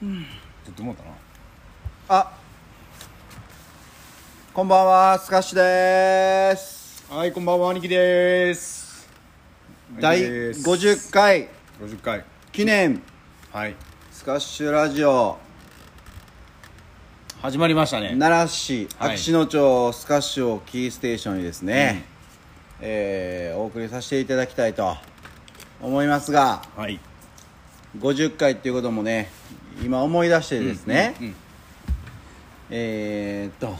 ちょっと思ったなあこんばんはスカッシュですはいこんばんは兄貴です第兄貴です50回50回記念はいスカッシュラジオ始まりましたね奈良市はい秋篠町スカッシュをキーステーションにですね、えーお送りさせていただきたいと思いますがはい50回っていうこともね今思い出してですね、うんえー、っと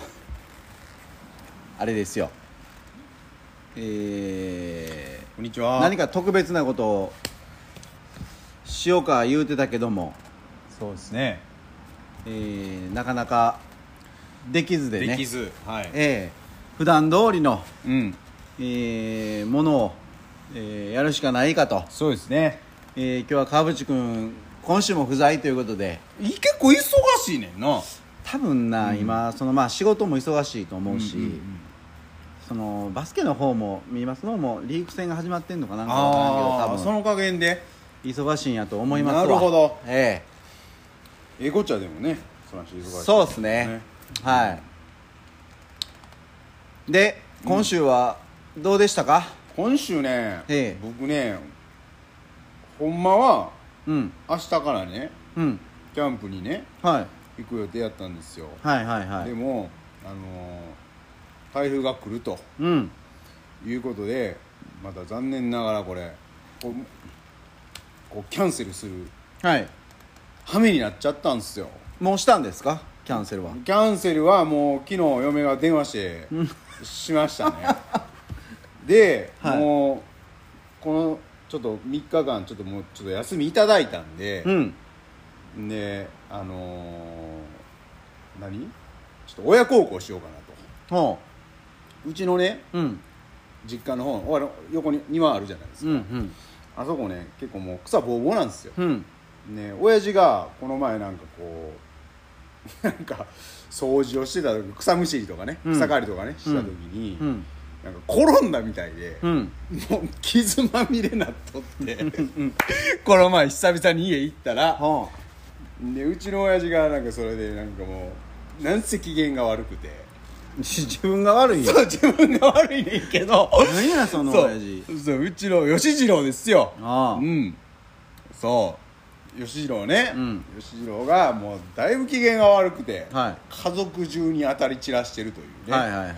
あれですよえー、こんにちは何か特別なことをしようか言うてたけども、そうですねえーなかなかできずでねできずはいえー普段通りの、うんえーものを、えーやるしかないかと、そうですねえー今日は川淵君今週も不在ということでい結構忙しいねんな多分な、今その、まあ、仕事も忙しいと思うし、うんうんうんそのバスケの方も見ますのもリーグ戦が始まってんのかなんかわからんあけあど多そ分の加減で忙しいんやと思いますわなるほどええええこっちゃでもねそらし忙しいそうですねはいで今週はどうでしたか今週ね、ええ僕ねほんまはうん明日からねうんキャンプにねはい行く予定やったんですよ、はいはいはでいもあのー台風が来るとうんいうことでまた残念ながらこれこうこうキャンセルするはい羽目になっちゃったんですよもうしたんですかキャンセルはキャンセルはもう昨日嫁が電話してしましたね で、はいもうこのちょっと3日間ちょっともうちょっと休みいただいたんで、うんであのー何ちょっと親孝行しようかなとほうちのねううん実家の方あの横に庭あるじゃないですうか、んあそこね結構もう草ぼうぼうなんですよ、うんうんね親父がこの前なんかこう なんか掃除をしてた時草むしりとかねうん草刈りとかね、した時に、うんなんか転んだみたいで、うんもう傷まみれなっとってこの前久々に家行ったらほでうちの親父がなんかそれでなんかもうなんせ機嫌が悪くてう 自分が悪いよそう自分が悪いねんけど何やそのそう親父そううちの吉次郎ですよああうんそう吉次郎ね、うん吉次郎がもうだいぶ機嫌が悪くて、は家族中に当たり散らしてるといういね、はいはいはい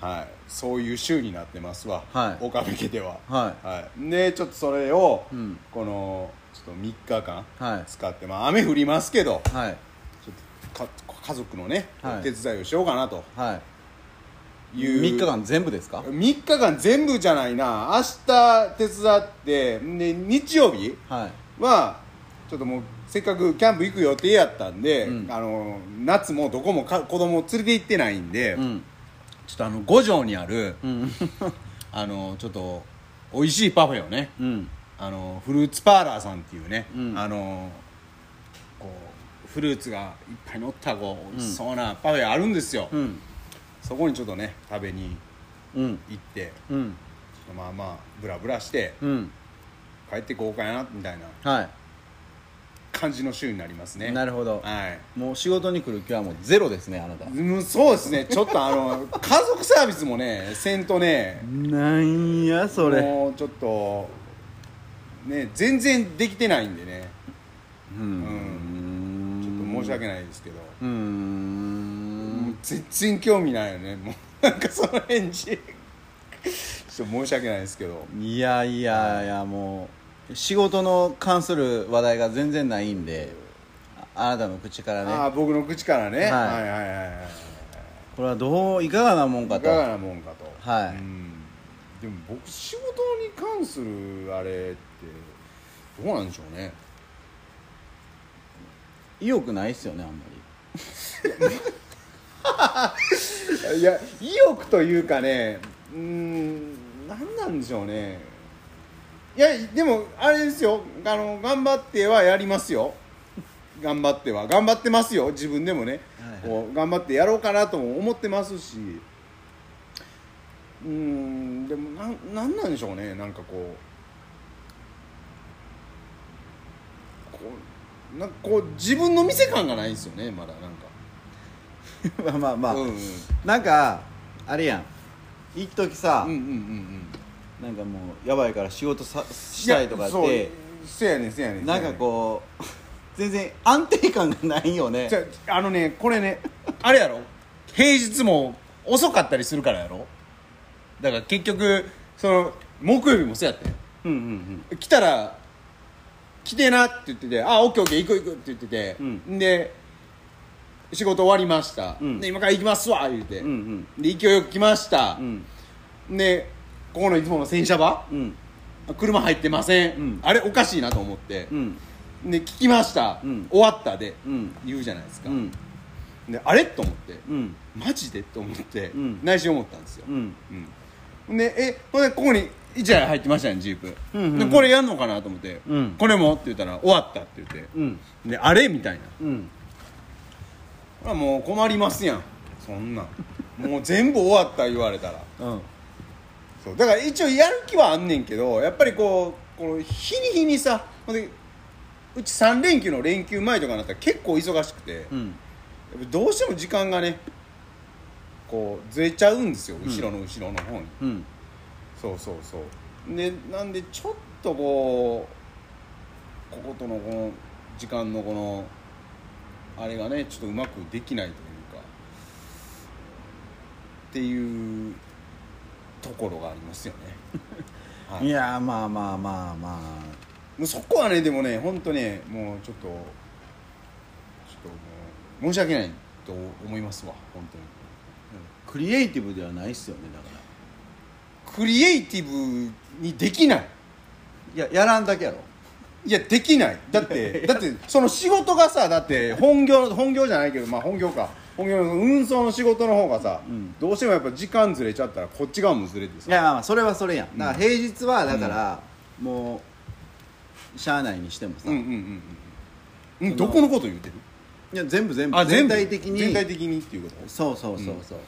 はいそういう週になってますわ、はい岡部家では、はいでちょっとそれを、うんこのちょっと3日間はい使って、まあ雨降りますけどはいちょっとか家族のね、はい手伝いをしようかなとはいいう3日間全部ですか3日間全部じゃないな明日手伝ってで日曜日はいはちょっともうせっかくキャンプ行く予定やったんで、うんあの夏もどこもか子供連れて行ってないんで、うんちょっとあの五条にあるうん あのちょっと美味しいパフェをねうんあのフルーツパーラーさんっていうね、うんあのこうフルーツがいっぱい乗ったこう美味しそうなパフェあるんですよ、うんそこにちょっとね食べにうん行ってうんちょっとまあまあブラブラしてうん帰ってこうかなみたいなはい感じの週になりますねなるほどはいもう仕事に来る気はもうゼロですねあなたうんそうですねちょっとあの家族サービスもねせんとねなんやそれもうちょっとね全然できてないんでねちうょっんと申し訳ないですけど、うーもんう全然興味ないよねもうなんかその返事ちょっと申し訳ないですけどいやいやいやもう仕事の関する話題が全然ないんでああなたの口からああね僕の口からね、ははいい、はいはいはいこれはどういかがなもんいかかとがなもんかとはいうんでも僕仕事に関するあれってどうなんでしょうね意欲ないっすよねあんまりいや意欲というかねうーん何なんでしょうねいやでもあれですよあの頑張ってはやりますよ頑張っては頑張ってますよ自分でもね、はいはいこう頑張ってやろうかなとも思ってますしうーんでもなんなんなんでしょうねなんかこうこうなんかこう自分の店感がないんですよねまだなんか まあまあまあ、うんうんなんかあれやん一時さ、うんうんうんうんなんかもうやばいから仕事さしたいとかっいやてそうせやねんせやねんなんかこう全然安定感がないよねせやねんじゃああのねこれねあれやろ平日も遅かったりするからやろだから結局その木曜日もそうやってうんうん来たら来てなって言ってて「あオッケーオッケー行く行く」って言ってて、うんで仕事終わりました、うんで今から行きますわ言うて、うんうんで勢いよく来ましたう、んでここのいつもの洗車場うん車入ってません、うんあれおかしいなと思ってう、んで聞きました、うん終わったで、うん言うじゃないですか、うんであれと思って、うんマジでと思って、うん内心思ったんですよう、んうんでえこれここに1台入ってましたねジープ、うんうんうんでこれやんのかなと思って、うんこれもって言ったら終わったって言って、うんであれみたいなうんほらもう困りますやんそんなんもう全部終わった言われたらうんそうだから一応やる気はあんねんけどやっぱりこうこの日に日にさほんでうち3連休の連休前とかになったら結構忙しくて、やっうんぱどうしても時間がねこうずれちゃうんですよ後ろの後ろの方に、うんそうそうそうでなんでちょっとこうこことのこの時間のこのあれがねちょっとうまくできないというかっていうところがあります よねはいいやーまあまあまあまあもうそこはねでもね本当ねもうちょっとちょっともう申し訳ないと思いますわ本当にクリエイティブではないっすよねだかクリエイティブにできないらいややらんだけやろいやできないだって だってその仕事がさだって本業本業じゃないけどまあ本業か本業の運送の仕事の方がさ、うんどうしてもやっぱ時間ずれちゃったらこっち側もずれていさやまあまあそれはそれやんだから平日はだから、もうしゃあないにしてもさ、うんうんいうんうんうんそのどこのこと言うてるや全部全部あ全全部体的に全体的にっていうことそうそうそうそう、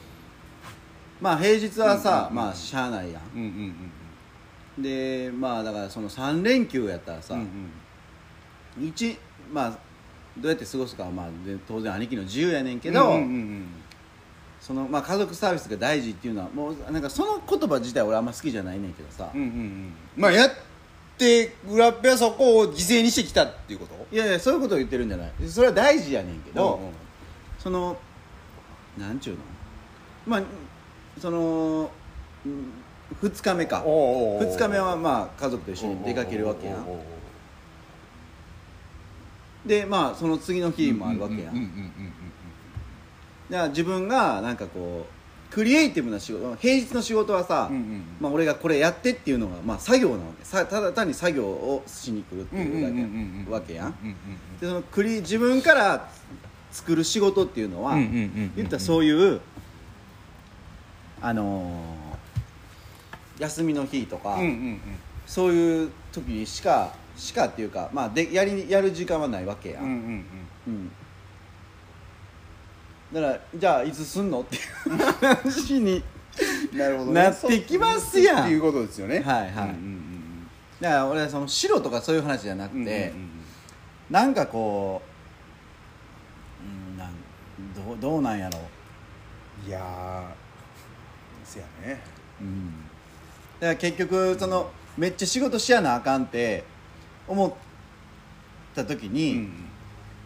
まあ平日はさ、うんうんうんまあしゃあないやうんうんうんんでまあだからその3連休やったらさ、うんうん一まあどうやって過ごすかはまあで当然兄貴の自由やねんけど、うんうんうんそのまあ家族サービスが大事っていうのはもうなんかその言葉自体俺あんま好きじゃないねんけどさ、うんうんうんまあやって裏っぺはそこを犠牲にしてきたっていうこといやいやそういうことを言ってるんじゃないそれは大事やねんけど、うんうんそのなんちゅうのまあその2日目かおうおうおう2日目はまあ家族と一緒に出かけるわけやおうおうんおうでまあその次の日もあるわけやうんうんうんうんんうんだから自分がなんかこうクリエイティブな仕事平日の仕事はさ、うんうんうんまあ、俺がこれやってっていうのが、まあ、作業なわけさただ単に作業をしに来るっていうだけやんわけやんでそのクリ自分から作る仕事っていうのは、うんうんうんうんうん言ったらそういうあのー休みの日とか、うんうんうんそういう時にしかしかっていうか、まあ、でやりやる時間はないわけや、うんうんんうんだからじゃあいつすんのっていう話にうんなるほどねなってきますやっんていうことですよねはいはいうんうんだから俺はその白とかそういう話じゃなくうんうんて、うんうんなんかこう、うん、なんどうどうなんやろううんいやーせやねうんだから結局そのめっちゃ仕事しやなあかんって思った時うに、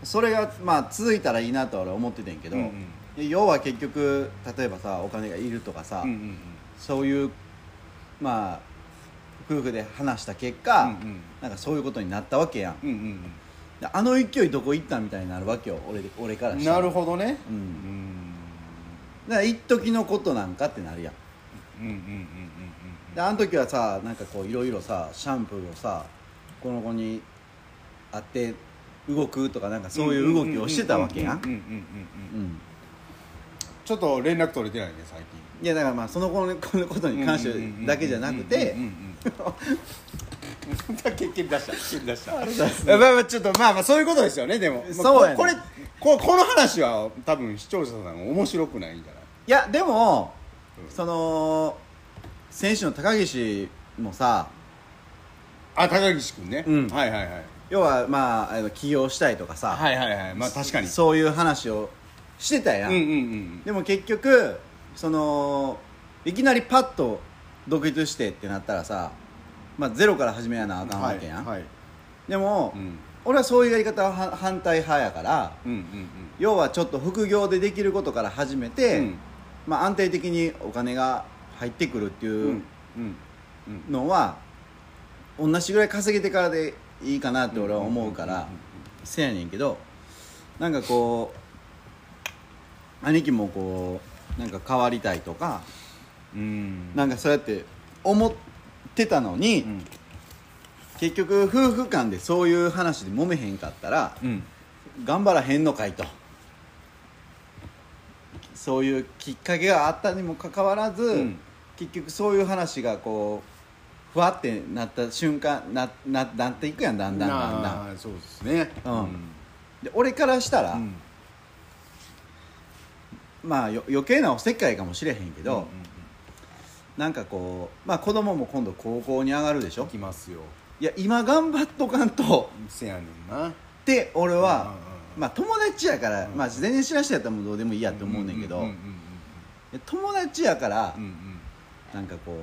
それがまあ続いたらいいなとは俺思っててんけど、うんうんで要は結局例えばさお金がいるとかさ、うんうんそういうまあ夫婦で話した結う果、んうんなんかそういうことになったわけやんうんうんであの勢いどこ行ったみたいになるわけよ俺俺かうらんしたらなるほどねうんうんだから一時のことなんかってなるやんうんうんうんうんうんであの時はさなんかこういろいろさシャンプーをさこの子に会って動くとかなんかそういう動きをしてたわけやうんうんんうんうんうんううんんちょっと連絡取れてないね最近いやだからまあその子のこのことに関してだけじゃなくてうんうんうんうん蹴り出した蹴り出したりがとうございますまあまあちょっとまあまあそういうことですよねでもまあそうやねこれここの話は多分視聴者さん面白くないんじゃないいやでもうんその選手の高岸もさあ高岸君ね、うんはいはいはい要はまああの起業したいとかさ、はいはいはいまあ確かにそういう話をしてたや、うんんうんうんでも結局そのいきなりパッと独立してってなったらさ、まあ、ゼロから始めやなあかんわけやん、はいはいでも、うん俺はそういうやり方はは反対派やからうんうん要はちょっと副業でできることから始めて、うんまあ、安定的にお金が入ってくるってういんううんのは、同じぐらい稼げてからでいいかなって俺は思うから、うんうんうんうんせやねんけどなんかこう兄貴もこうなんか変わりたいとかうんなんかそうやって思ってたのに、うん結局夫婦間でそういう話で揉めへんかったらうん頑張らへんのかいとそういうきっかけがあったにもかかわらず、うん結局そういう話がこうふわってなった瞬間なななっていくやんだんだんだんだんあーそうですねうんで俺からしたら、うんまあよ余計なおせっかいかもしれへんけど、うんうんなんかこうまあ子供も今度高校に上がるでしうんょ行きますよいや今頑張っとかんとせやねんなって俺は、うんうんうんまあ友達やから、うんまあ全然知らん人やったらもうどうでもいいやって思うねんけど、うんうんいや友達やから、うんうんなんかこ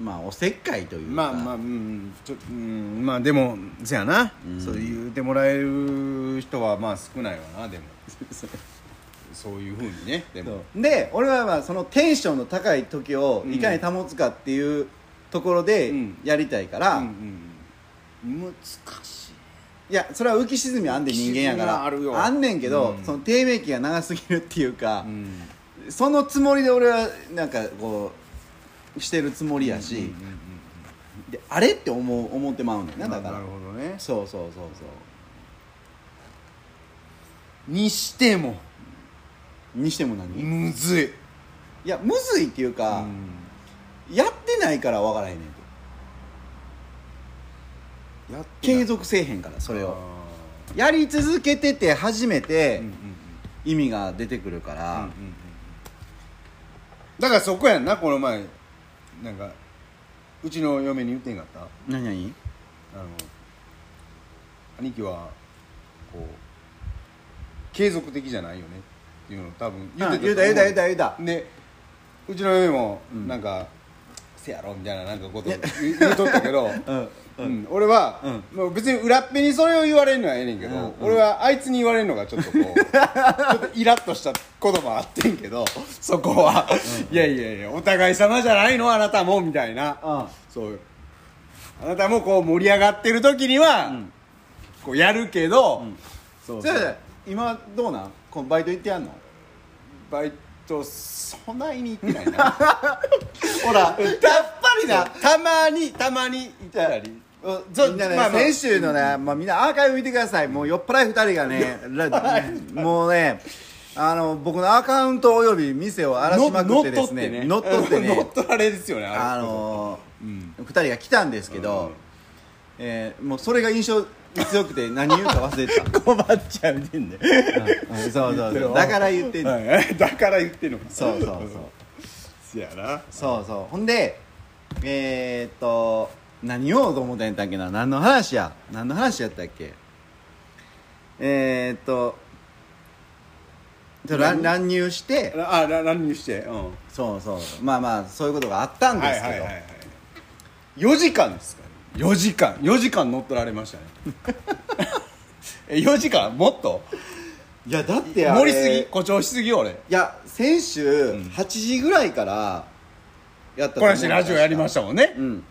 うまあおせっかいといううんかまあまあうんちょうんまあでもせやなうんそう言うてもらえる人はまあ少ないわなでもそういうふうにねでそもうで俺はまあそのテンションの高い時をいかに保つかっていうところでうんやりたいかうら、んうん難しいいやそれは浮き沈みあんで人間やか浮き沈みはらあるよんねんけど、うんその低迷期が長すぎるっていうかう、んそのつもりで俺はなんかこうしてるつもりやし、うんうんうんうんであれって思う思ってまうねんななだから、るほどねそうそうそうそうにしてもにしても何、いむずいやむずいっていうか、やってないから分からへんねんてやって継続せえへんからそれををやり続けてて初めてうんうん意味が出てくるかうんら、うんうんうんだからそこやんなこの前なんかうちの嫁に言ってんかったあ何何の兄貴はこう継続的じゃないよねっていうのを多分言ってうん言うた言うた言うた言うたでうちの嫁もうんなんか、せやろみたいななんかこと言う言うとったけど うんうん、俺は、うもう別に裏っぺにそれを言われるのはええねんけど、うんうん俺はあいつに言われるのがちょっと こうちょっとイラッとしたこともあってんけど そこは、いやいやいやお互い様じゃないのあなたもみたいな、うんそうあなたもこう盛り上がってる時には、うんこうやるけど、そそううそそうう今どうなんこのバイト行ってやんのバイトそないに行ってないな ほらやっぱりなたまにたまに行ったりうんそうみんなね、まあ先週のね、まあ、みんなアーカイブ見てくださいもう酔っ払い2人がねらもうねあの僕のアカウントおよび店を荒らしまくってですね乗乗っっ取取っっててねね 乗っ取られですよねあれあのーうん2人が来たんですけど、うんえーもうそれが印象強くて何言うか忘れてた困っちゃうねんねうんそうそう言ってそろうだから言ってんの、はいだから言ってんのかそうそうそううやなそうそうほんでえー、っと何言おうと思ったんやったっけな何の話や何の話やったっけえー、っとちょ乱乱入してあら乱入してうんそうそうまあまあそういうことがあったんですけど、い4時間ですかね4時間4時間乗っ取られましたね え4時間もっといやだってあれ盛りすぎ誇張しすぎよ俺いや先週ん8時ぐらいからやったとこ思うの人ラジオやりましたもんねうん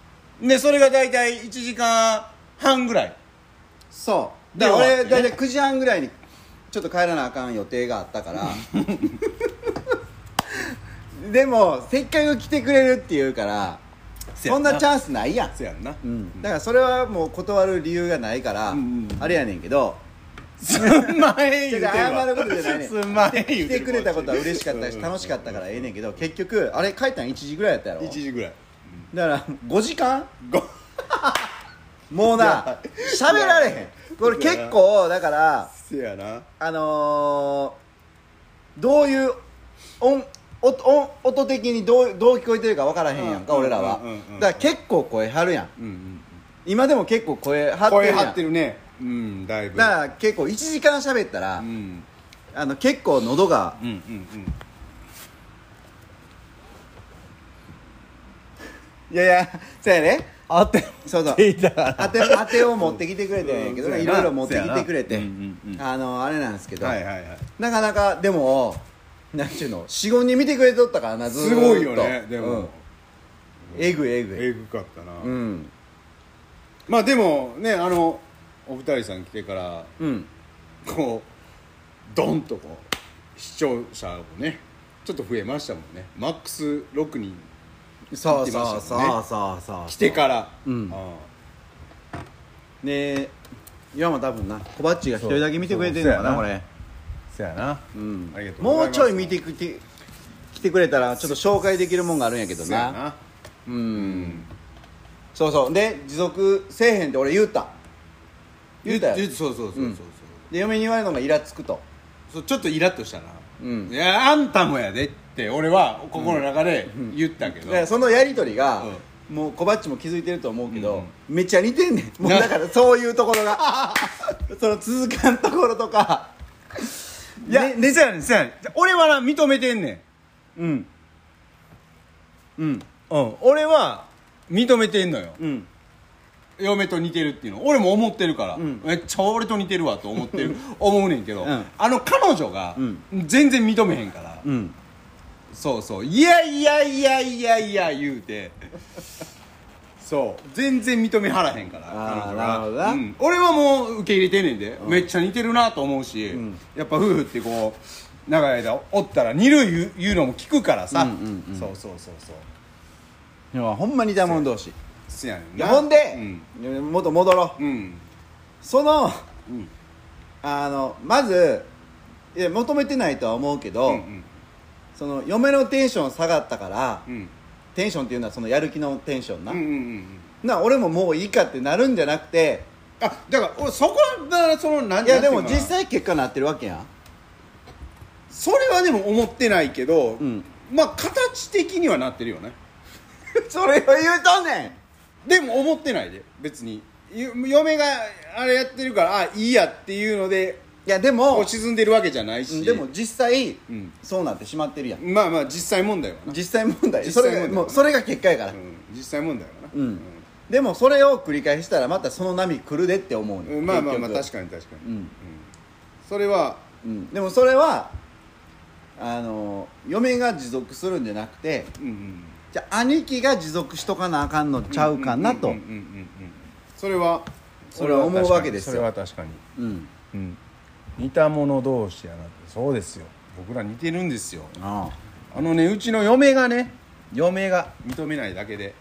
でそれが大体1時間半ぐらいそうでだから俺終わ大ってね体9時半ぐらいにちょっと帰らなあかん予定があったから でもせっかく来てくれるって言うからせやそなんなチャンスないやん、せやんなうん、だからそれはもう断る理由がないから、うんうんうんあれやねんけどすんまへん言うてるわ謝ることじゃないねんすんまへん言来うててるくれたことは嬉しかったし楽しかったからええねんけど結局あれ帰ったん1時ぐらいやったやろ1時ぐらいだから5時間ごもうな喋られへんこれ結構だからせやなあのー、どういう音音音音的にどうどう聞こえてるか分からへんやんか、うん俺らは、うんうんうんうんだから結構声張るやんうんうん今でも結構声張ってる声やん張ってるねうんだいぶだから結構1時間喋ったら、うんあの結構喉がうんうんうんいやいやそうやねあってそうそう聞いたから当て当てを持ってきてくれてんやけどうんいろいろ持ってきてくれて、そうやなうんうんうんあのあれなんですけど、はいはいはいなかなかでもなんちゅうの45人見てくれとったからなずーっすとごいよねでうもんえぐいえぐいえぐかったなうんまあでもねあのお二人さん来てからうんこうドンとこう視聴者もねちょっと増えましたもんねマックス6人そ言っうてそましたうそもんねうそうそう来てからうんあで今も多分な小バッチが一人だけ見てくれてるのかなそうこそうやれなそうやなうんありがとうございもますうちょい見てくて来てくれたらちょっと紹介できるもんがあるんやけーどそうやななううんんそうそうで持続せえへんって俺言うた言うたよゆそうそうそうそうそううんで嫁に言われるのがイラつくとそうちょっとイラッとしたな「うんいやあんたもやで」って俺は心の中で言ったけど、だからそのやり取りが、もう小バッチも気づいてると思うけど、めっちゃ似てんね んもうだからそういうところが その続かんところとかいや、ね、ねそうやねんそうやねん俺はな認めてんねうんうんんうん俺は認めてんのようん嫁と似てるっていうの俺も思ってるから、んめっちゃ俺と似てるわと思って る思うねんけど、うんあの彼女がうん全然認めへんから、うんそうそういやいやいやいやいや言うてそう全然認めはらへんからあー彼女なるほどなが、うん、俺はもう受け入れてんねんで、めっちゃ似てるなと思うし、やっぱ夫婦ってこう長い間おったら似る言う言うのも聞くからさ、うんうんうんそうそうそうそういやほんまにダモン同士せやねんいやなほんでうん、もっと戻ろううんそのうんあのまずいや求めてないとは思うけうど、んその嫁のテンション下がったから、うんテンションっていうのはそのやる気のテンションな、うんうんうんな俺ももういいかってなるんじゃなくてあだから俺そこはそのなんいやでもなんていう実のかな際結果なってるわけや んそれはでも思ってないけど、んまあ形的にはなってるよねそれを言うとんねんでも思ってないで別にゆ嫁があれやってるからあいいやっていうのでいやでこもう沈んでるわけじゃないしでも実際、うんそうなってしまってるやんまあまあ実際問題はな、実際問題実そ際問れ題がもうそれが結果やから、うん、実際問題はなうんでもそれを繰り返したらまたその波来るでって思うねんうんまあまあまあ確結局かに確かに、うんそれはうんでもそれはあの嫁が持続するんじゃなくてうんうんじゃあ兄貴が持続しとかなあかんのちゃうかなとうんうんうんうんうんそれはそれは思うわけですよそれは確かにうんうん、似た者同士やなってそうですよ僕ら似てるんですよあああのねうちの嫁がね嫁が認めないだけで、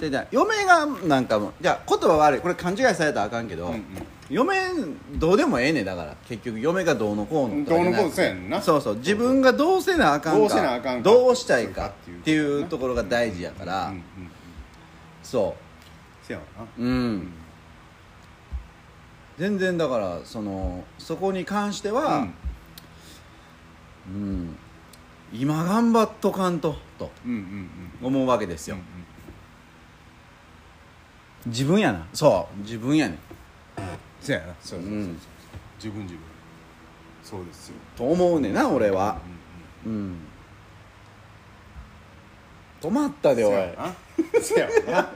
でじゃあ嫁がなんかもじゃあ言葉悪いこれ勘違いされたらあかんけど、うんうん嫁どうでもええねんだから結局嫁がどうのこうのとかじゃなくてどうのこうのそうやんなそうそう自分がどうせなあかんかどうせなあかんかどうしたいかそうかっってていいううところが大事やから、うんうん、そせやわなううん全然だからそのそこに関しては、うん今頑張っとかんととうんうんうん思うわけですよ、自分やなそう自分やねんせやなそうそうそうそう、うん自分自分そうですよと思うねんな俺はうんうんうん止まったでおいせやなせやわな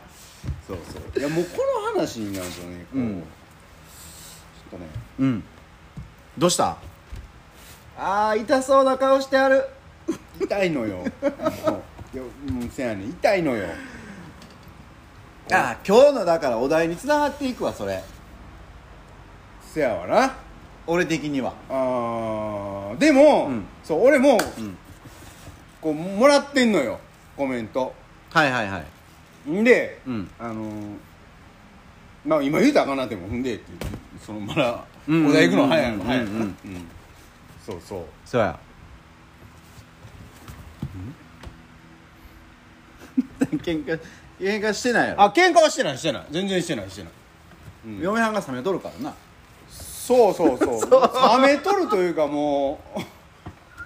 そうそういやもうこの話になるとねこう、うちんょっとねうんどうしたあー痛そうな顔してある痛いのよもういやうんせやねん痛いのよあー今日のだからお題につながっていくわそれせやわな俺的にはあーでも、うんそう俺も、んこうもらってんのよコメントはいはいはいんで、うんあのーまあ今言うたらあかんなってもんでってそのまだうんうんうんうんお題行くの早いの早いのうんうんうん そうそうそうや 喧嘩喧嘩してないやろあ喧嘩はしてないしてない全然してないしてないうん嫁はんが冷めとるからなそうそう そう冷めとるというかも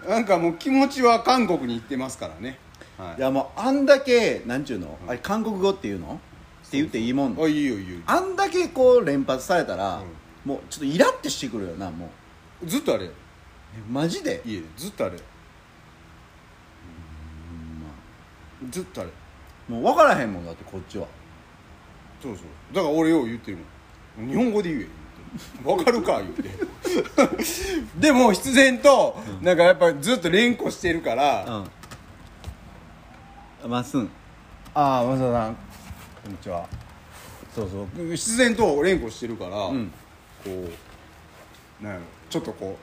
う なんかもう気持ちは韓国に行ってますからね、はいい、やもうあんだけなんちゅうのあれ韓国語っていうのって言っていいもんあいいよいいよあんだけこう連発されたら、うんもうちょっとイラってしてくるよなもうずっとあれえマジでいえずっとあれずっとあれもう分からへんもんだってこっちはそうそうだから俺よう言ってるもん日本語で言え言うてわかるか言うて でも必然となんかやっぱずっと連呼してるからうんまっすん「ああ松田さんこんにちは」そうそう必然と連呼してるから、うんこうなんやろちょっとこ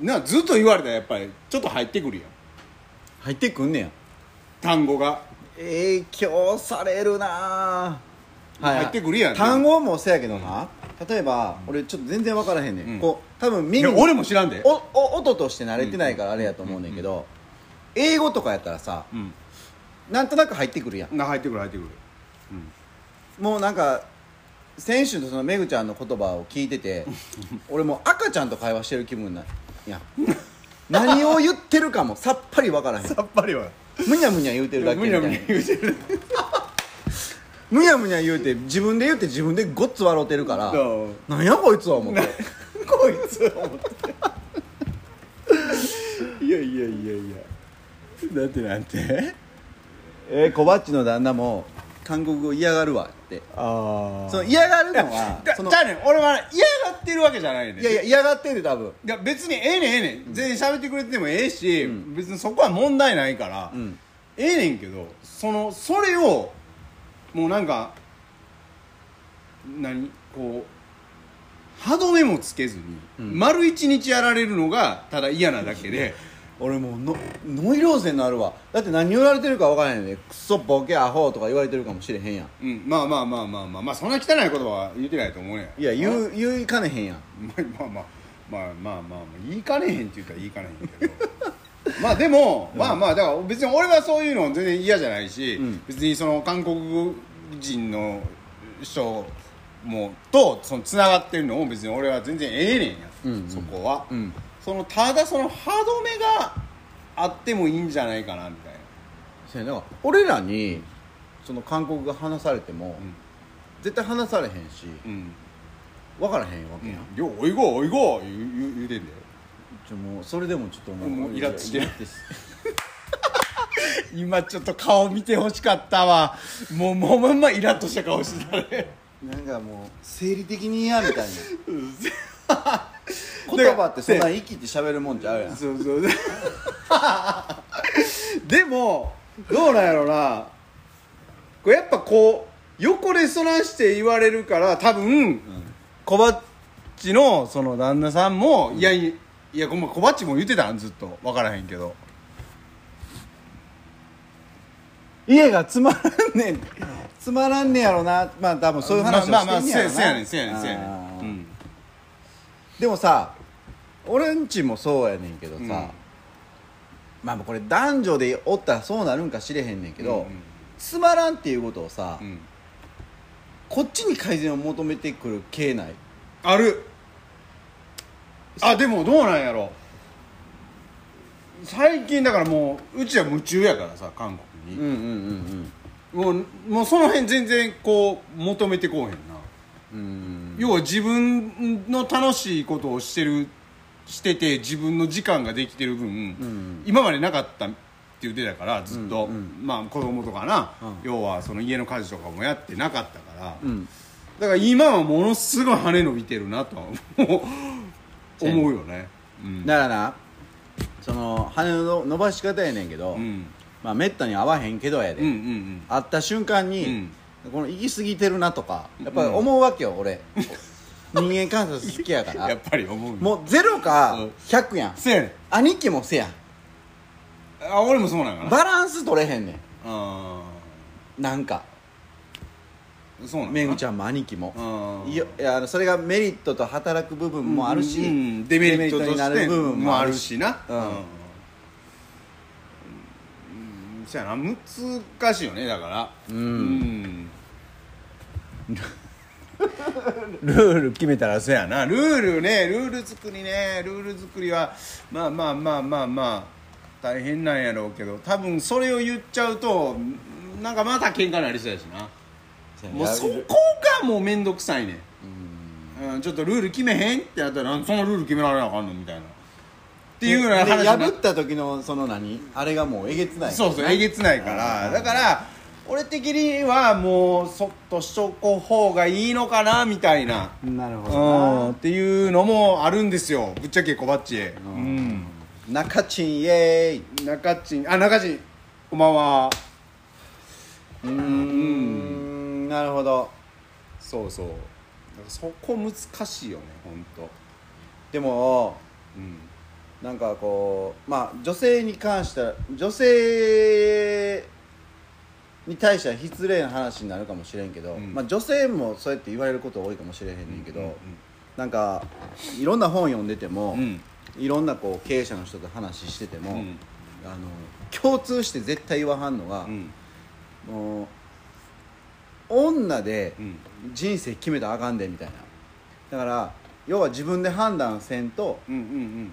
うなずっと言われたらやっぱりちょっと入ってくるやん入ってくんねや単語が影響されるなぁ入ってくるやんね単語もせやけどな例えば、俺ちょっと全然分からへんねん、うんこう多分い耳やに俺も知らんでおお音として慣れてないからあれやと思うねんけど、英語とかやったらさうんなんとなく入ってくるやんな入ってくる入ってくるもうなんか選手のそのめぐちゃんの言葉を聞い てて俺もう赤ちゃんと会話してる気分なんや何を言ってるかもさっぱり分からへんさっぱりはむにゃむにゃ言うてるだけみむたにいゃむにゃな言うてるむにゃむにゃ言うて自分で言って自分でごっつ笑うてるからそうなんやこいつは思ってこいつ思っていやいやいやいやだってなんてえー、コバッチの旦那も韓国語嫌がるわってあその嫌がるのはだそのだね俺はね嫌がってるわけじゃないねいやいや嫌がってる多分いや別にええねんええねん全然喋ってくれてもええし、別にそこは問題ないから、うんええねんけどそのそれをもうなんか何こう歯止めもつけずに、丸一日やられるのがただ嫌なだけで俺もうのノイローゼになるわだって何言われてるか分からへんねクソボケアホとか言われてるかもしれへんやんうんまあまあまあまあまあまあそんな汚い言葉は言ってないと思うねんいやう言う言いかねへんやんまあまあまあまあまあまあ言いかねへんって言ったら言いかねへんけどまあでも、まあまあだから別に俺はそういうの全然嫌じゃないし、うん別にその韓国人の人もとそのつながってるのも別に俺は全然ええねんや、うんうんそこは、うんそのただその歯止めがあってもいいんじゃないかなみたいなせやなだから俺らにその韓国語話されても、ん絶対話されへんしうん、分からへんわうけやん、ん、ようおいごおいご言う言う言うてんだよちょもうそれでもちょっともうもうイラッとしてるイラッとし今ちょっと顔見てほしかったわもうもうまんまイラッとした顔してたねなんかもう生理的に嫌み たいな 言葉ってそんな生きて喋るもんちゃうやんそうそう でもどうなんやろなこれやっぱこう横でそらして言われるから多分、小バッチのその旦那さんも、いやいやごめん小バッチも言ってたんずっと分からへんけど家がつまらんねんつまらんねやろなまあ多分そういう話をまあまあまあしてんせやろやなせやねんせやねんせやねあーんうんでもさ俺んちもそうやねんけどさ、うんまあこれ男女でおったらそうなるんか知れへんねんけど、うんうんつまらんっていうことをさ、うんこっちに改善を求めてくる系内あるあでもどうなんやろ最近だからもううちは夢中やからさ韓国うんに、うんうんもうもうその辺全然こう求めてこうへんな、うんうん要は自分の楽しいことをしてるしてて自分の時間ができてる分、ん今までなかったって言ってたからずっと、うんうまあ子供とかな、うん要はその家の家事とかもやってなかったから、うんだから今はものすごい羽伸びてるなとは もう思うよねうんだからなその羽の伸ばし方やねんけど、うんまあめったに合わへんけどやで、うんうん会った瞬間に、この行き過ぎてるなとかやっぱり思うわけよ俺 人間観察好きやかうんやっらぱり思うもうもうゼロかうん100やんせやねん兄貴もせやんあ俺もそうなんかなバランス取れへんねあんなんかーそうなんめぐゃちゃんも兄貴もんいやいやあのそれがメリットと働く部分もあるし、うんうんデメリットとデメリットになしるて部分ももああるるししなうんうんうんそやな難しいよねだからうんんルール決めたらそやなルールねルール作りねルール作りはまあまあまあまあまあ大変なんやろうけど多分それを言っちゃうとんなんかまた喧嘩になりそうやしなもうそこがもう面倒くさいねんうんのちょっとルール決めへんってなったらなんそのルール決められなあかんのみたいなっていうような話でになっ破った時のその何あれがもうえげつないそうそうえげつないからだから俺的にはもうそっとしとこう方がいいのかなみたいななるほうんどっていうのもあるんですよぶっちゃけ小バッチうんな中チンイエーイ中地あ中地こんばんはうーんなるほどそうそうだからそこ難しいよね本当でもうんなんかこうまあ女性に関しては女性に対しては失礼な話になるかもしれんけど、うんまあ、女性もそうやって言われること多いかもしれへんねんけど、うんうんなんかいろんな本読んでても、うんいろんなこう経営者の人と話してても、うんあの共通して絶対言わはんのが、うんもう女でうん人生決めたらあかんでみたいなだから要は自分で判断せんとうんうんう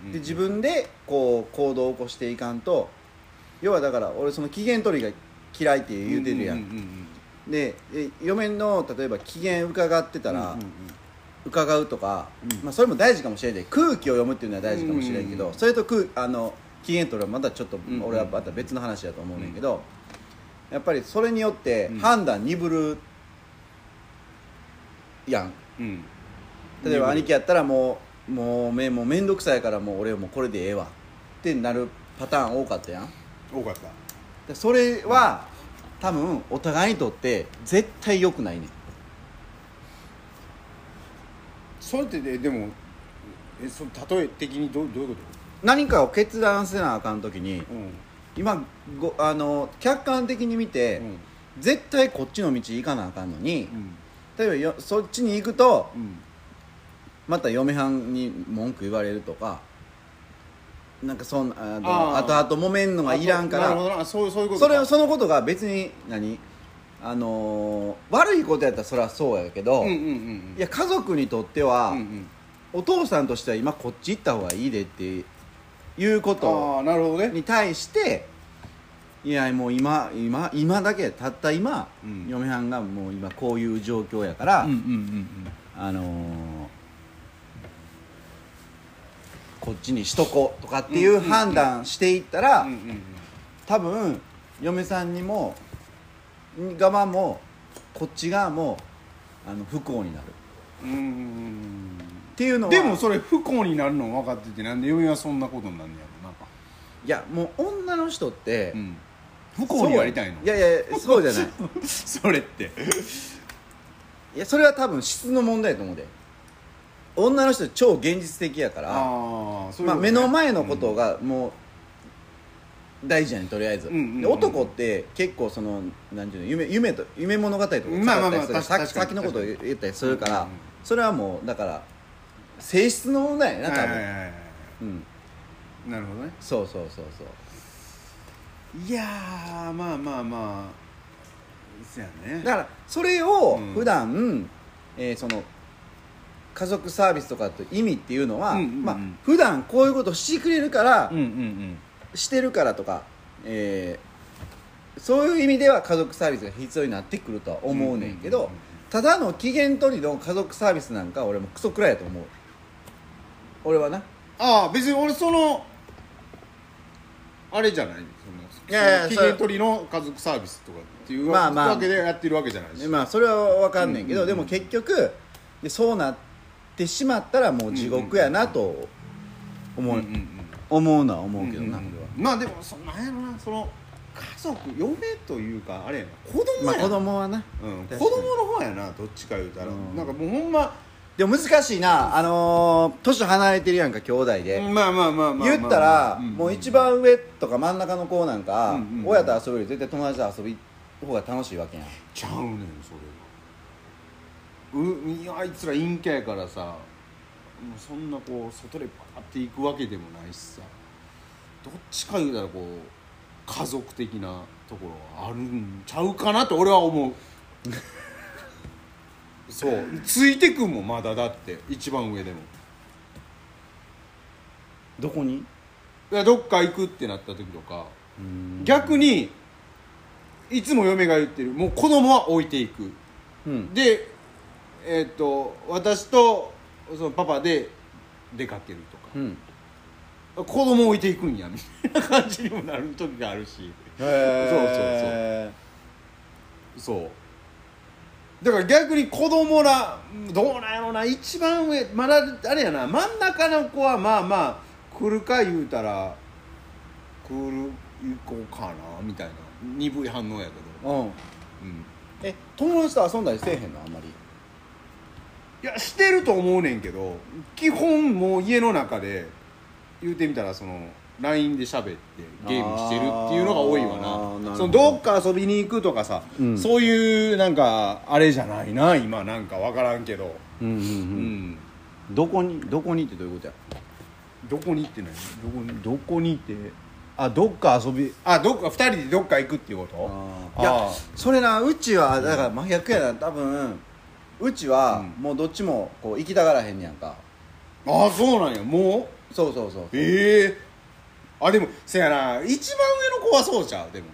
んで自分でこう行動を起こしていかんと要はだから俺その期限取りが嫌いって言うてるやん,、うううんでえ嫁の例えば期限伺ってたら、うんうんうん伺うとか、まあ、それも大事かもしれない空気を読むっていうのは大事かもしれんけど、うんうんうんそれと空あの期限取るはまたちょっとんうん俺はまた別の話だと思うねんけど、やっぱりそれによって判断鈍るやんうん例えば兄貴やったらもうもうめもうめんどくさいからもう俺もうこれでええわってなるパターン多かったやん多かったでそれは多分お互いにとって絶対良くないねんそれってででもえその例え的にどうどういうこ何かを決断せなあかん時にとうん今ごあの客観的に見て、うん絶対こっちの道行かなあかんのに、うん例えばよそっちに行くとうんまた嫁はんに文句言われるとかなんかそんあのあー後々揉めんのがいらんかなるほらどなそうそういうことそかれそのことが別に何あのー悪いことやったらそれはそうやけど、うんうんいうんや家族にとっては、うんうんお父さんとしては今こっち行った方がいいでっていうことをああなるほどねに対していやもう今今今だけたった今、うん嫁はんがもう今こういう状況やから、んあのーこっちにしとこうとかっていんううんうん判断していったら、うんうんうん多分嫁さんにも側もこっち側もあの不幸になるっうんうんていうのはでもそれ不幸になるの分かっててなんで嫁はそんなことになんねやろいやもう女の人って、なうん不幸にやりたいのそうやいやいやそうじゃない それっていやそれは多分質の問題だと思うで女の人って超現実的やからああそういうまことねあ、目の前のことがもう大事やねとりあえず、うんうんうんうんで男って結構そのなんていうの夢夢と夢物語とか語まあまあっまたありす確るかさに先のことを言ったりするから、うんうんうんそれはもうだから性質の問題やなは多い分、はいはいはいうん、なるほどねそうそうそうそういやーまあまあまあそうやねだからそれをうん普段、えーその家族サービスとかと意味っていうのは、うんうんうんまあ、普段こういうことしてくれるから、うんうんうんしてるからとか、えーそういう意味では家族サービスが必要になってくるとは思うねんけうんどうんうんうんただの期限取りの家族サービスなんか俺もクソくらいやと思う俺はなああ別に俺そのあれじゃないそのいやいやそのそ期れ限取りの家族サービスとかっていうわ,、まあまあけでやってるわけじゃないし、でまあそれは分かんねんけど、うんうんうんでも結局でそうなってしまったらもう地獄やなと思う,、うん思うのはうんう思んうけどな、うんうん俺はまあでもそなんやろなその家族嫁というかあれやな子供まあやな、子供はなうん、子確かに供の方やなどっちか言うたら、うんなんかもうほんまでも難しいなあのー年離れてるやんか兄弟で、まあまあまあまあまあまあ言ったら、んんもう一番上とか真ん中の子なんか、うんうんうん親と遊ぶより絶対友達と遊び方が楽しいわけやんちゃうねんそれがうあいつら陰キャやからさもうそんなこう外でパーって行くわけでもないしさどっちか言うたらこう家族的なところはあるんちゃうかなと俺は思うそうついてくんもんまだだって一番上でもどこにいやどっか行くってなった時とか逆にいつも嫁が言ってるもう子供は置いていくうんでえっ、と私とそのパパで出かけるとか、うん子供置いていくんやみたいな感じにもなる時があるしへそうだから逆に子供らどうなんやろな一番上まだあれやな真ん中の子はまあまあ来るか言うたら来る行こうかなみたいな鈍い反応やけど、そうそううんうん、え友達と遊んだりせえへんのあんまりいやしてると思うねんけど基本もう家の中で言うてみたらその LINE で喋ってゲームしてるっていうのが多いわあーななるほどそのどっか遊びに行くとかさ、うんそういうなんかあれじゃないな今なんか分からんけど、うんうんううんんどこにどこにってどういうことやどこに行ってないどこにどこにってあどっか遊びあどっか2人でどっか行くっていうこといやあそれなうちはだから真逆やな多分うちはうんもうどっちもこう行きたがらへんねやんかああそうなんやもそうそうそううええあでもせやな一番上の子はそうじゃうでも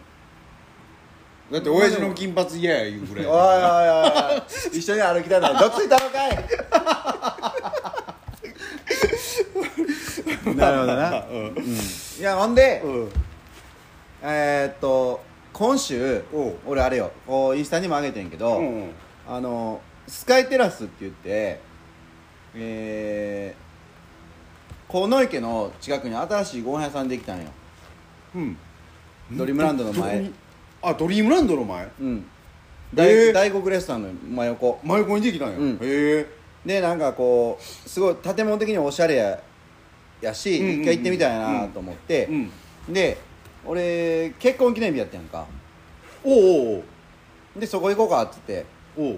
だって親父の金髪嫌や言うぐおらいいおいおい おい一緒に歩きたいならどついたのかい なるほどな、うんうん、いやほんで、うんえーっと今週おう俺あれよこうインスタにも上げてんけど、うんあのスカイテラスって言ってえー、鴻池の近くに新しいご飯屋さんできたんようんドリームランドの前どこにあドリームランドの前うん大,、えー大黒レストランの真横真横にできたんや、うんへえでなんかこうすごい建物的におしゃれややし、うんうんうん一回行ってみたいなと思って、うんで俺結婚記念日やったやんかおうでそこ行こうかって言っておうお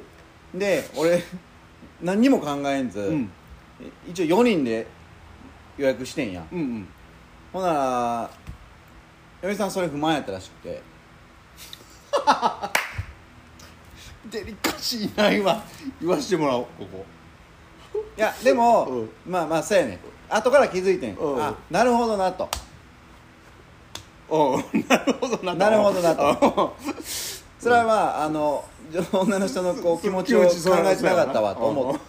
うで俺 何にも考えんず、うん一応4人で予約してんや、うんうんほんなら嫁さんそれ不満やったらしくてデリカシーないわ言わしてもらおうここいやでも、うんまあまあそうやねん後から気づいてん、うんあなるほどなとおうなるほどななるほどなとそれはまああの女の人のこう気持ちを考えてなかったわと思っ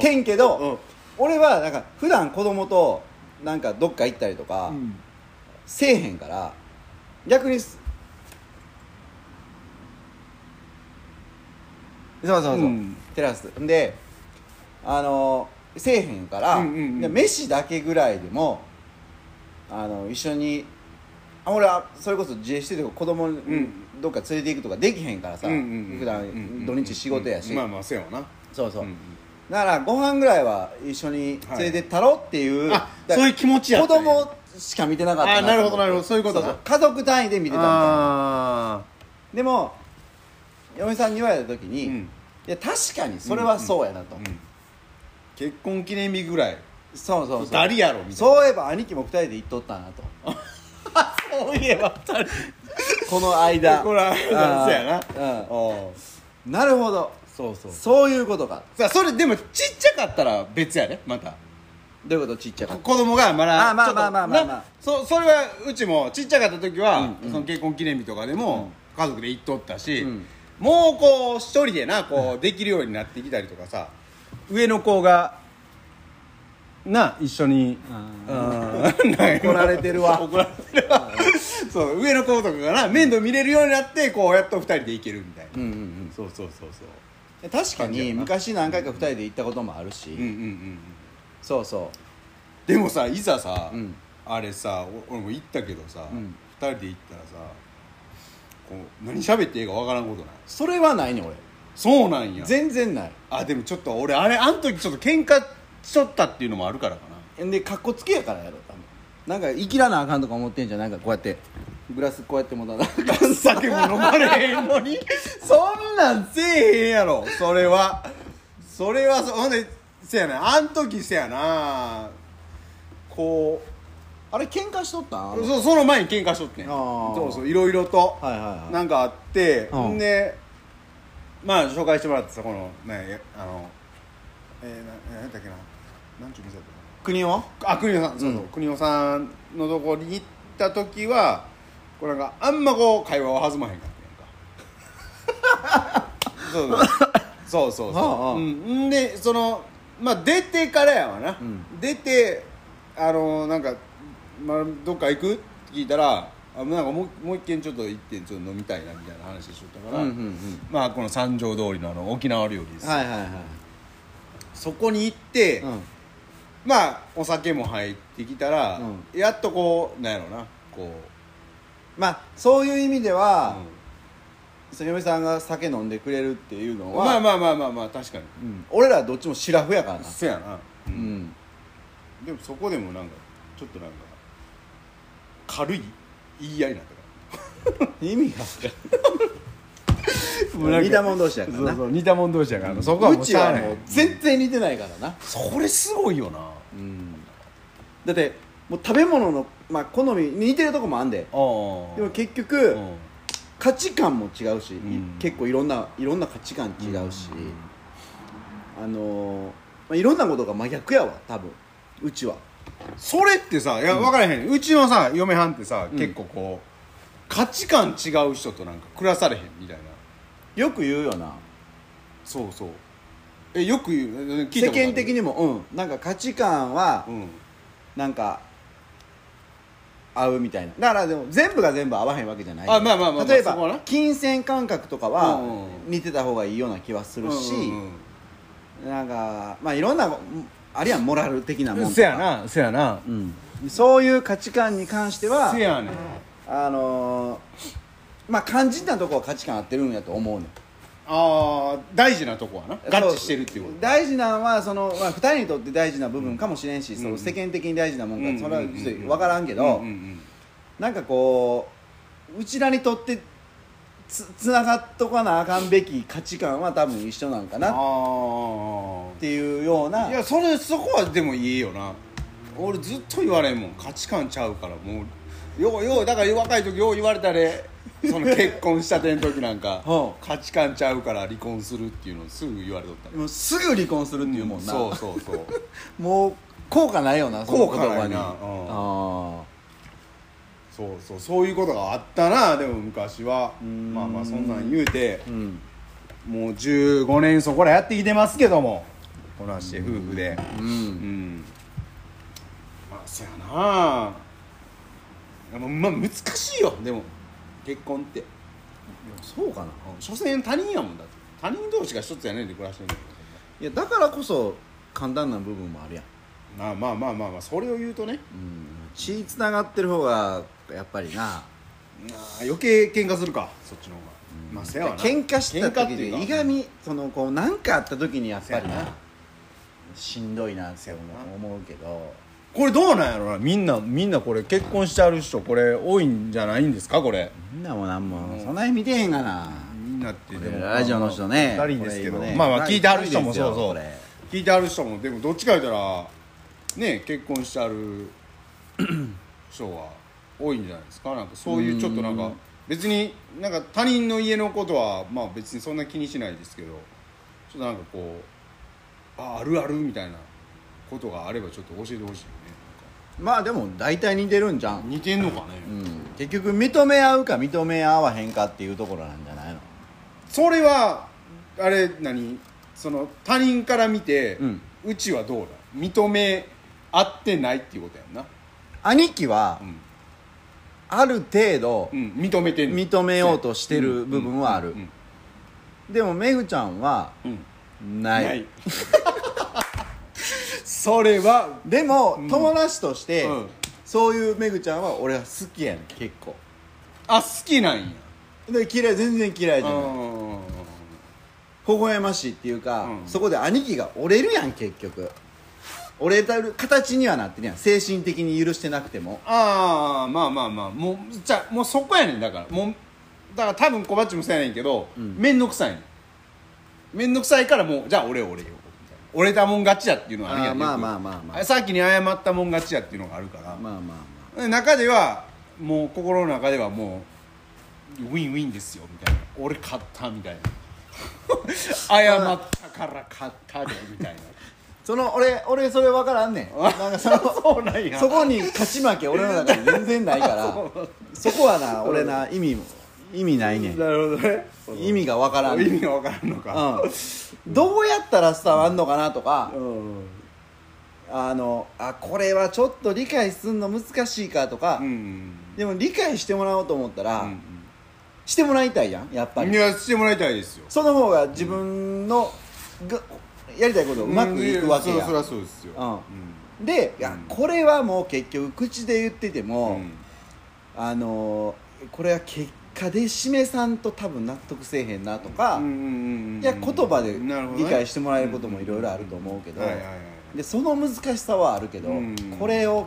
手てんけど、俺はなんか普段子供となんかどっか行ったりとか、せえへんから逆にすそうそうそう、うんテラスであのせえへんから、うんうんうんで飯だけぐらいでもあの一緒にあ俺はそれこそ自衛してて子供にんどっか連れて行くとかできへんからさ、普段土日仕事やし、まあまあせやわなそうそう、んだからご飯ぐららいは一緒に連れてったろっていう、あそういう気持ちやっ子たんや供しか見てなかったと思ってあなるほどなるほどそういうことな家族単位で見てたみたいなあでも嫁さんに言われた時に、うんいや確かにそれはそうやなと、ーうん結婚記念日ぐらいそうそうそう二人やろみたいなそういえば兄貴も二人で行っとったなとそういえば2人この間 これはあーそうやなうんおうなるほどそうそうそういうことかさあそれでもちっちゃかったら別やねまたどういうことちっちゃかっこた子供がまだあまあちょっとまあまあまあなまあそそれはうちもちっちゃかった時は、うんうんその結婚記念日とかでも家族で行っとったし、うんもうこう一人でなこう できるようになってきたりとかさ上の子がな一緒に 怒られてるわ怒られてるわそう上の子とかがな面倒見れるようになってこうやっと二人で行けるみたいな、うんうんうんそうそうそうそう確か感じにやな昔何回か二人で行ったこともあるし、うんうんうんうんそうそうでもさいざさ、うんあれさお俺も行ったけどさ、う二ん人で行ったらさこう何喋っていいかわからんことないそれはないね俺そうなんや全然ないあでもちょっと俺あれあん時ちょっと喧嘩しとったっていうのもあるからかなでかっこつけやからやろ多分なんか生きらなあかんとか思ってんじゃんなんかこうやってグラスこうやって持たな酒も飲まれへんのに そんなんせえへんやろそれはそれはそほんでせやなあん時せやなこう あれ喧嘩しとったんそその前に喧嘩しとってんあーそうそういろいろとはいはいはいなんかあって、うんんでまあ紹介してもらってさこのねあのえー、ななんだっけな何ちゅう店だっ国をたかなあ国尾さんそうそう、うん国尾さんのとこに行った時はこうなんかあんまこう会話を弾まへんか ったやんかそうそうそうそうそうはあはあうんんでそのまあ出てからやわな、ん出てあのなんか、まあ、どっか行くって聞いたらあなんかもうもう一軒ちょっと行ってちょっと飲みたいなみたいな話しとったから、うんうんうんまあこの三条通りのあの沖縄料理です、はいはいはいそこに行って、うんまあお酒も入ってきたら、うやっとこうなんやろなこまあそういう意味でう、は、うその嫁さんが酒飲んでくれるっていうのんは、まあまあまあまあまあ確かにうん俺らどっちもシラフやからなせやな、ううんん でもそこでもなんかちょっとなんか軽い言い合いになったから意味がもうなんか似た者同士やからなそうそう似た者同士やから、そこはうもうちしゃあはないもう全然似てないからな、それすごいよなあうんだってもう食べ物の、まあ、好み似てるとこもあんであでも結局、うん価値観も違うし、ん結構いろんないろんな価値観違うし、あのーまあ、いろんなことが真逆やわ多分うちはそれってさいや分からへん、うちのさ嫁はんってさ、うん結構こう価値観違う人となんか暮らされへんみたいなよく言うよなそうそうえよく言うえ聞い世たことある間的にもうんなんか価値観はうんなんか合うみたいなだからでも全部が全部合わへんわけじゃないあまあまあまあまあ例えそこはなば金銭感覚とかはうん似てた方がいいような気はするし、うんなんかまあいろんなあるいはモラル的なうんうもんんとせやかなせやなうん、そういう価値観に関してはせやねんあのーまあ肝心なとこは価値観合ってるんやと思うねんああ大事なとこはな合致してるっていうこと大事なのはその、まあ、2人にとって大事な部分かもしれんし、その世間的に大事なもんか、うんそれはちょっと分からんけど、うんうんなんかこううちらにとってつつながっとかなあかんべき価値観は多分一緒なんかうん、なっああていうようないやそれそこはでもいいよな俺ずっと言われんもん価値観ちゃうからもうようようだから若い時よう言われたでその結婚したての時なん かは価値観ちゃうから離婚するっていうのをすぐ言われとったもうすぐ離婚するっていうもんな、そうそうそうもう効果ないよなその言葉に効果ないなうんあそうそうそういうことがあったなでも昔はんまあまあそんなん言うてーうんもう15年そこらやってきてますけどもこなして夫婦でううんんまあそやなあまあまあ難しいよでも結婚ってそうかな所詮他人やもんだって他人同士が一つやねんで暮らしてるんだけいやだからこそ簡単な部分もあるやん、どまあまあまあまあまあそれを言うとねうん、血つながってる方がやっぱりなあ余計喧嘩するかそっちの方が、まあせやわな喧嘩した時喧嘩っていうかにいがみそのこう何かあった時にやっぱりせやななしんどいなってやな思うけどこれどうなんやろなみんなみんなこれ結婚してある人これ多いんじゃないんですかこれみんなもなんもそんなに見てへんがなみんなってこれラジオの人ね二人ですけど、これ今ねまあまあ聞いてある人もそうそ二人うですよ聞いてある人もでもどっちか言ったらね結婚してある人は多いんじゃないですかなんかそういうちょっとなんか別になんか他人の家のことはまあ別にそんな気にしないですけどちょっとなんかこうああるあるみたいなことがあればちょっと教えてほしいよねまあでも大体似てるんじゃなんかん、似てんのかね、うん、結局認め合うか認め合わへんかっていうところなんじゃないのそれはあれ何その他人から見て、ううんちはどうだ認め合ってないっていうことやんな、兄貴はうんある程度うん、認めてんの認めようとしてる部分はあるうんでもめぐちゃんはうんうんないない それはでも、うん友達として、うんそういうめぐちゃんは俺は好きやねん結構あ好きなんやで嫌い全然嫌いじゃない、うん微笑ましいっていうか、うんそこで兄貴が折れるやん結局折れたる形にはなってるやん精神的に許してなくてもああまあまあまあもうじゃあもうそこやねんだからもうだから多分小バッチもそうやねんけどうん面倒、くさいねん面倒くさいからもうじゃあ俺俺よみたいな折れたもん勝ちやっていうのはあるやあーんまあよくまあまあまあさっきに謝ったもん勝ちやっていうのがあるかまらあ、まあまで中ではもう心の中ではもうウィンウィンですよみたいな俺勝ったみたいな 謝ったから勝ったでみたいなあその俺俺それ分か らんねんなん かそのそうなんや そこに勝ち負け俺の中に全然ないからそこはな俺な意味も意味ないねんなるほどね意味がわからん意味が分からんのかうん、どうやったら伝わんのかなとかう、んあのあこれはちょっと理解すんの難しいかとか、うんでも理解してもらおうと思ったら、うしてもらいたいやんやっぱんりいやしてもらいたいですよその方が自分のがやりたいことうまくいくわけうんいや、やそりゃそうですようんで、いやうんこれはもう結局口で言っててうも、んあのーこれは結果で示さんと多分納得せえへんなとか、うんうんうんうんいや言葉でなるほどね理解してもらえることもいろいろあると思うけど、はいはいはいでその難しさはあるけど、うんこれを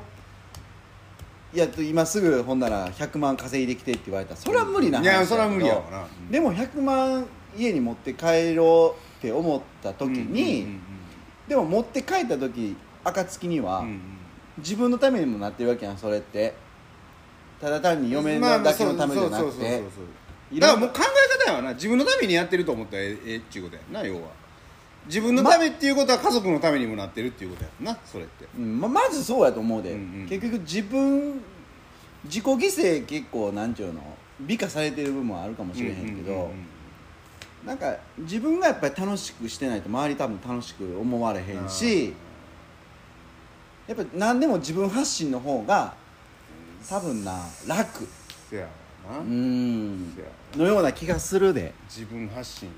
いや今すぐほんなら100万稼いできてって言われたらそれは無理な話いやだけどそれは無理やわなうんでも100万家に持って帰ろうって思った時に、うんうんでも持って帰った時暁には、うんうん自分のためにもなってるわけやんそれってただ単に嫁まあのだけのためじゃなそうくそうそうそうてそうだからもう考え方やわな自分のためにやってると思ったらえええっちゅうことやんな要は自分のためっていうことは家族のためにもなってるっていうことやんなそれってうんままずそうやと思うで、うんうん結局自分自己犠牲結構なんちゅうの美化されてる部分もあるかもしれへんけど、ううんうんうんなんか自分がやっぱり楽しくしてないと周り多分楽しく思われへんしやっぱり何でも自分発信の方が多分な楽せやわな、うんせやわなのような気がするで自分発信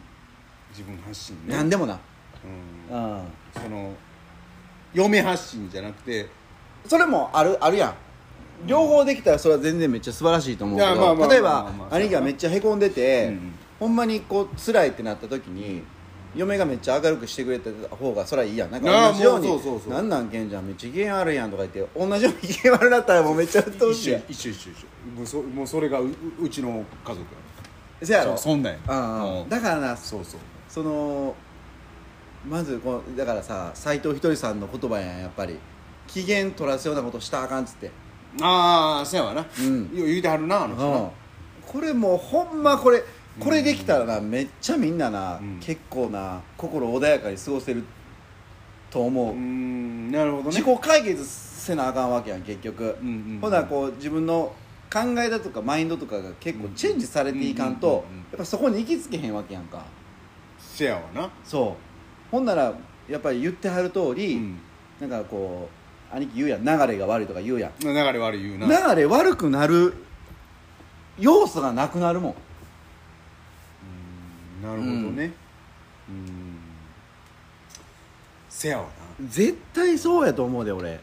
自分発信ね何でもな、うんうん、その嫁発信じゃなくてそれもあるあるやん両方できたらそれは全然めっちゃ素晴らしいと思うけいやまあまどあ例えまあばまあまあ兄貴がめっちゃへこんでて、うんうんほんまにこう辛いってなった時に嫁がめっちゃ明るくしてくれた方がそれはいいやんなんあかあ同じようにもうそうそうそうなんなんけんじゃんめっちゃ機嫌悪いやん」とか言って同じように機嫌悪なったらもうめっちゃ鬱陶しい一や緒一緒一緒一緒もうそもうそれがうううちの家族んせやろそそんなんやうんううんんだからなそうそうそのまずこうだからさ斎藤ひとりさんの言葉やんやっぱり機嫌取らすようなことしたらあかんっつってああせやわな、うんよう言うてはるなあの人なこれもうほんまこれこれできたらなめっちゃみんなな、うん結構な心穏やかに過ごせると思う、うんなるほどね自己解決せなあかんわけやん結局、うんうんうんほなこう自分の考えだとかマインドとかが結構チェンジされていかんうんうんとうんうんうんやっぱそこに行きつけへんわけやんかせやわなそうほんならやっぱり言ってはる通り、うんなんかこう兄貴言うやん流れが悪いとか言うやん流れ悪い言うな流れ悪くなる要素がなくなるもんうんなるほどねうんせやわな絶対そうやと思うで俺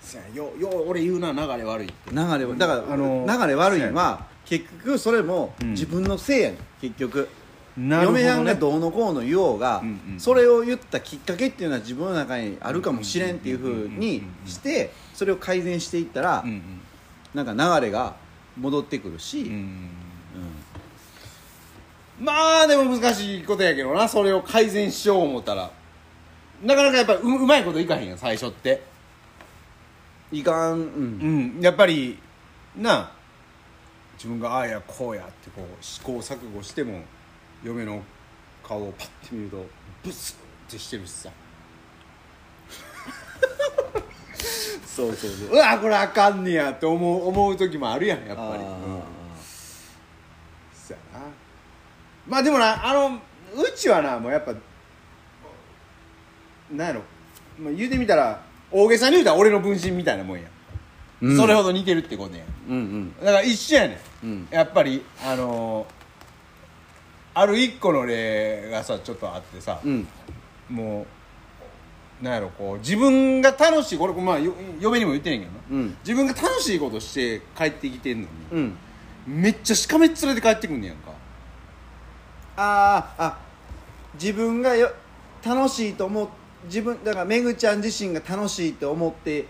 せやよよう俺言うな流れ悪いって流れはだから、あの流れ悪いんは結局それもうん自分のせいやねん結局な嫁はんがどうのこうの言おうが、うんうんそれを言ったきっかけっていうのは自分の中にあるかもしれんっていうふうにしてそれを改善していったら、うんうんなんか流れが戻ってくるし、ううんんまあでも難しいことやけどなそれを改善しよう思ったらなかなかやっぱりううまいこといかへんやん最初っていかん、ううんんやっぱりなあ自分がああやこうやってこう試行錯誤しても嫁の顔をパッて見るとブスってしてるしさそうそうそううわこれあかんねやって思う思う時もあるやんやっやっぱぱりり、うんそやなまあでもなあのうちはなもうやっぱなんやろ、まあ、言うてみたら大げさに言うたら俺の分身みたいなもんや、うんそれほど似てるってことやうんうんだから一緒やねん、うんやっぱりあのーある一個の例がさちょっとあってさ、うんもうなんやろこう自分が楽しいこれまあよ嫁にも言ってんやけどな、うん自分が楽しいことして帰ってきてんのに、うんめっちゃしかめっ連れて帰ってくんねやんかあーあ自分がよ楽しいと思う自分だからめぐちゃん自身が楽しいと思って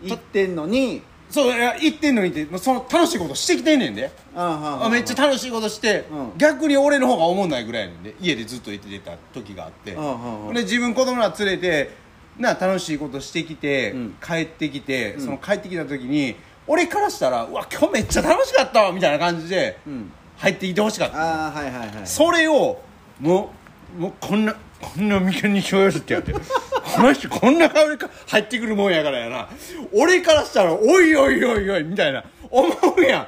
行ってんのにそういや行ってんのにってもうその楽しいことしてきてんねんであーはーはーあめっちゃ楽しいことして、うん逆に俺の方が思んないぐらいやねんで家でずっと行ってた時があって、うんうんうんで自分子供ら連れてな楽しいことしてきて、うん帰ってきて、その帰ってきた時に俺からしたら「うわ今日めっちゃ楽しかったわ」みたいな感じでうん入ってきてほしかった、あーはいはいはいそれをもうもうこんなこんな眉間にしようよってやって この人こんな顔でか入ってくるもんやからやな俺からしたらおいおいおいおいみたいな思うやん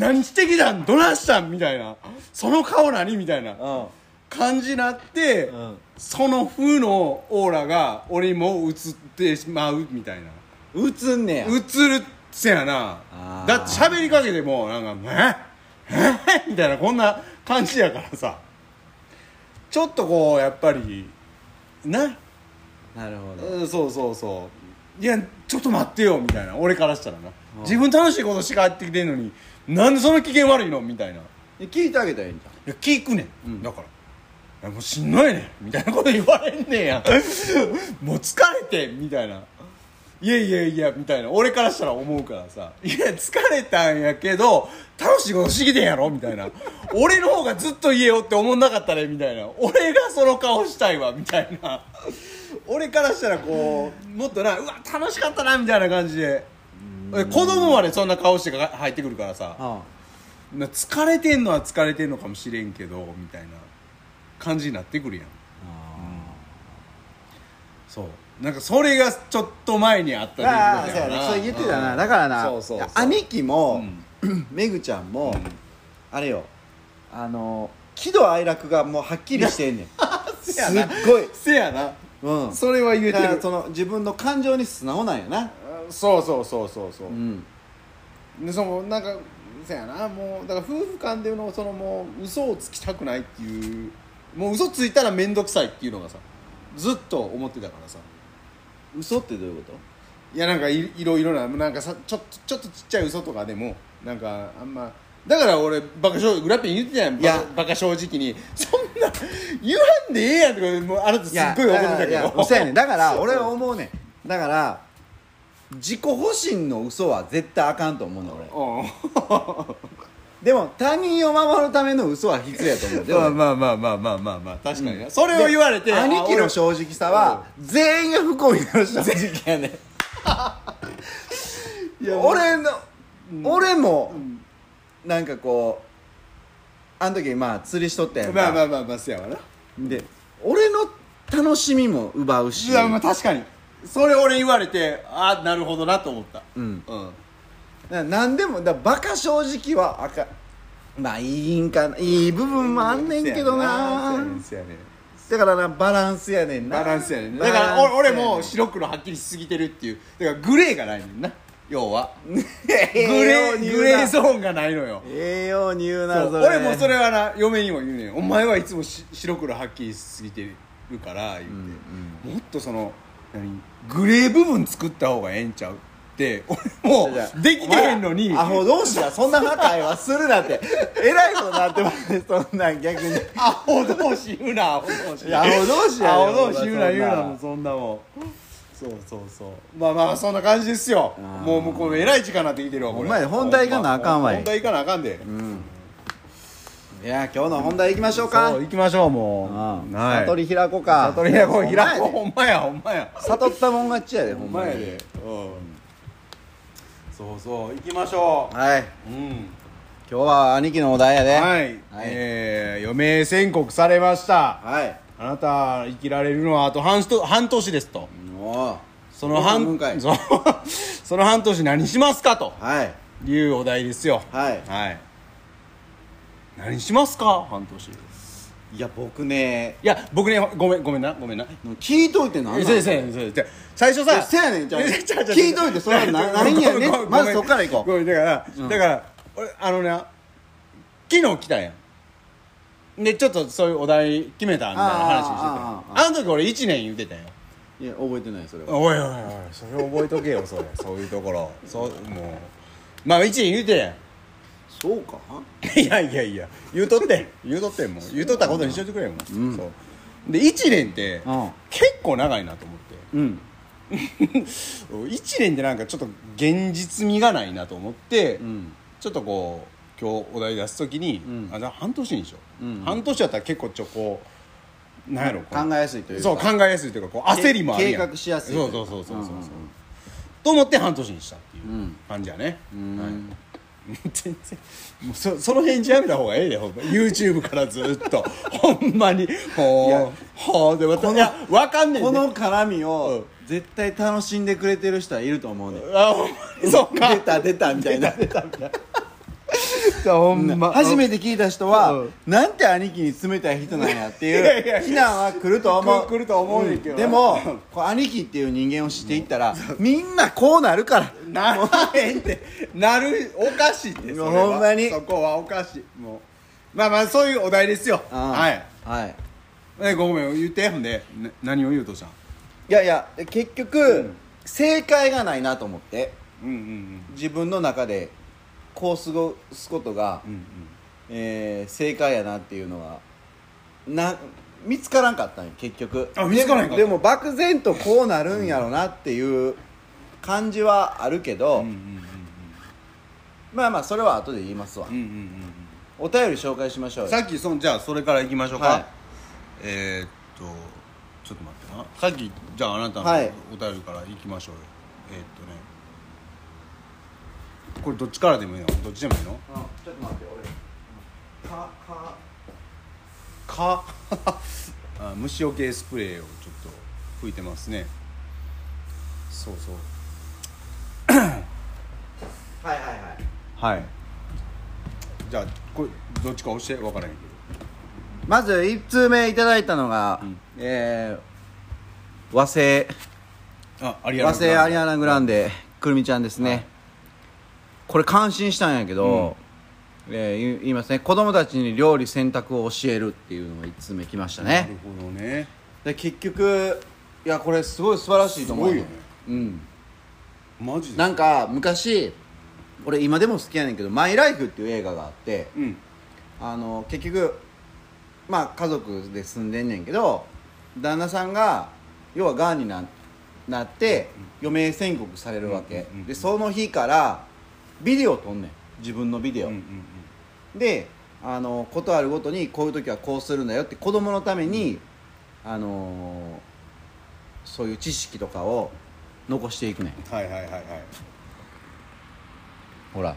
何してきたんどなしたんみたいなその顔何みたいなうん感じになって、うんその風のオーラが俺にも映ってしまうみたいな打つんねや映るせやなあーだって喋りかけてもなんか「ええ みたいなこんな感じやからさちょっとこうやっぱりななるほどうんそうそうそういやちょっと待ってよみたいな俺からしたらな自分楽しいことしかやってきてんのになんでその機嫌悪いのみたいないで聞いてあげたらいいんじや聞くねん、だからいやもうしんどいねんみたいなこと言われんねんや もう疲れてんみたいないやいやいやみたいな俺からしたら思うからさいや疲れたんやけど楽しいことしきてんやろみたいな俺の方がずっと言えよって思んなかったねみたいな俺がその顔したいわみたいな俺からしたらこうもっとなうわ楽しかったなみたいな感じでえ子供までそんな顔してか入ってくるからさ、ゃんうんな疲れてんのは疲れてんのかもしれんけどみたいな感じになってくるやんそうなんかそれがちょっと前にあった出来ああ事やそうやなねそれ言ってたな、うんだからなそうそうそう兄貴も、う めぐちゃんも、うんあれよあの喜怒哀楽がもうはっきりして んねんせすやっなごい、せやなうん、それは言えてだからるその自分の感情に素直なんやな、、そうそうそうそうそううんでそのなんかせやなもうだから夫婦間でのそのもう嘘をつきたくないっていうもう嘘ついたら面倒くさいっていうのがさずっと思ってたからさ嘘ってどういうこいやなんかいいろいろななんかさちょっとちょっとちっちゃい嘘とかでもなんかあんまだから俺バカ正グラッピン言ってたやんいやバカバカ正直にそんな言わんでええやんとかもうあなたとすっごい怒ってたいけやどそうやねんだから俺は思うねんだから自己保身の嘘は絶対あかんと思うねん俺でも他人を守るための嘘は必要やと思うでうん俺 まあまあまあまあまあまあまあ確かになそれを言われてで兄貴のょ正直さは全員が不幸になる正直やねいや俺の、俺も、なんかこうあの時まあ釣りしとったやんかまあまあまあまあせやわなで俺の楽しみも奪うしいやまあ確かにそれ俺言われてああなるほどなと思ったうんうんな何でもだバカ正直はあかんまあいいんかないい部分もあんねんけどせやなねんせやねんだからなバランスやねんなバランスやねんバだかランスらお俺やねんも白黒はっきりしすぎてるっていうだからグレーがないねんな要 はグええレようにー言うグなレーゾーンがないのよええように言うそなうそれ俺もそれはな嫁にも言うねんお前はいつもし白黒はっきりしすぎてるから言うて、もっとその何グレー部分作った方がええんちゃうって俺もじゃあできてへんのおに前アホ同士がそんな仲はする なってえらいことなってますねそんなん逆にアホ同士言うなアホ同士いやアホ同士やよアホ同士言うな言うなそんなそんなもんそうそうそうまあまあそんな感じですよーもう向こうえらい時間になってきてるわこれほんまや本題行かなあかんわい本題行かなあかんでいや今日の本題いきましょうかそう行きましょうもうんうはい悟り開こうか悟り開こうほんまや開こうほんまやほんまや悟ったもん勝ちやでほほんんままにやでうんそうそう行きましょはい今ううん日は兄貴のお題やではいいえー余命宣告されましたはいあなた生きられるのはあと半年と半年ですとおうその半半分かいそう その半年何しますかとはいいうお題ですよはいはい何しますか半年いいや僕ねや僕ねごめんごめんなごめんな聞いといてなんなえんそうですそうですそうですじゃあ最初さえせやねんじゃあ違う違う違う聞いといてそれはな何やねんごめんまずそっから行こうごめんだから、だから俺あのね昨日来たやんでちょっとそういうお題決めたみたいな話してたああああああの時俺1年言うてたよいや覚えてないそれはおいおいおいそれ覚えとけよそれそういうところそうもうまあ1年言うてやんそうか いやいやいや言うとってん言うとってんもう言うとったことにしといてくれよもう、うんそうで1年ってうん結構長いなと思って うん1年ってなんかちょっと現実味がないなと思って、うんちょっとこう今日お題出す時に、うんあじゃあ半年にしよう、うん半年やったら結構ちょっとこうなんやろこう考えやすいというかそう考えやすいというかこう焦りもあるやん計画しやすいといそううかそうそうそうそうそううんうんうんと思って半年にしたっていうんう感じやね、んはい 全然もうそその返事やめた方がええでほんま YouTube からずっと ほんまにいやほうほうでまたいやわかんねえこの絡みをう絶対楽しんでくれてる人はいると思うねんあほんまにそうか出た出たみたいなやほんま初めて聞いた人は、うんなんて兄貴に冷たい人なんやって いやいいやう非難は来ると思う来ると思うねんけどでもこう兄貴っていう人間を知っていったらみんなこうなるからならへんってなるおかしいってそれはほんまにそこはおかしいもうまあまあそういうお題ですよはいはい、えごめん言ってほんでな何を言うとしたんいやいや結局、うん正解がないなと思ってうんうん自分の中でこう過ごすことが、うんうんえー正解やなっていうのはな見つからんかったんよ結局あ見つからへんかったでもでも漠然とこうなるんやろなっていう感じはあるけうど、んうんうんまあまあそれは後で言いますわ、うんうんうんお便り紹介しましうょうんよさっきそんじゃあそれからいきましょうか、はいえー、っとちょっと待ってなさっきじゃああなたのはいお便りからいきましょうよ、えー、っとねこれどっちからでもいいのどっちでもいいのあちょっと待って俺かかか あ虫除けスプレーをちょっと拭いてますねそうそうはいはいははいいじゃあこれどっちか押して分からへんけまず1通目いただいたのが、うんえー和製どあアリアナ和製アリアナ・グランデくるみちゃんですね、これ感心したんやけど、えー言い言いますね子供たちに料理洗濯を教えるっていうのが1通目来ましたなねるほどねで結局いやこれすごい素晴らしいと思うすごいよねうん、マジでなんか昔俺今でも好きやねんけど「マイ・ライフ」っていう映画があってうんあの結局まあ家族で住んでんねんけど旦那さんが要はがんにななって余命宣告されるわけ、うんうんうんでその日からビデオ撮んねん自分のビデうオ、んうんであのことあるごとにこういう時はこうするんだよって子供のために、あのそういう知識とかを残していくねんうんはいはいはいはいほら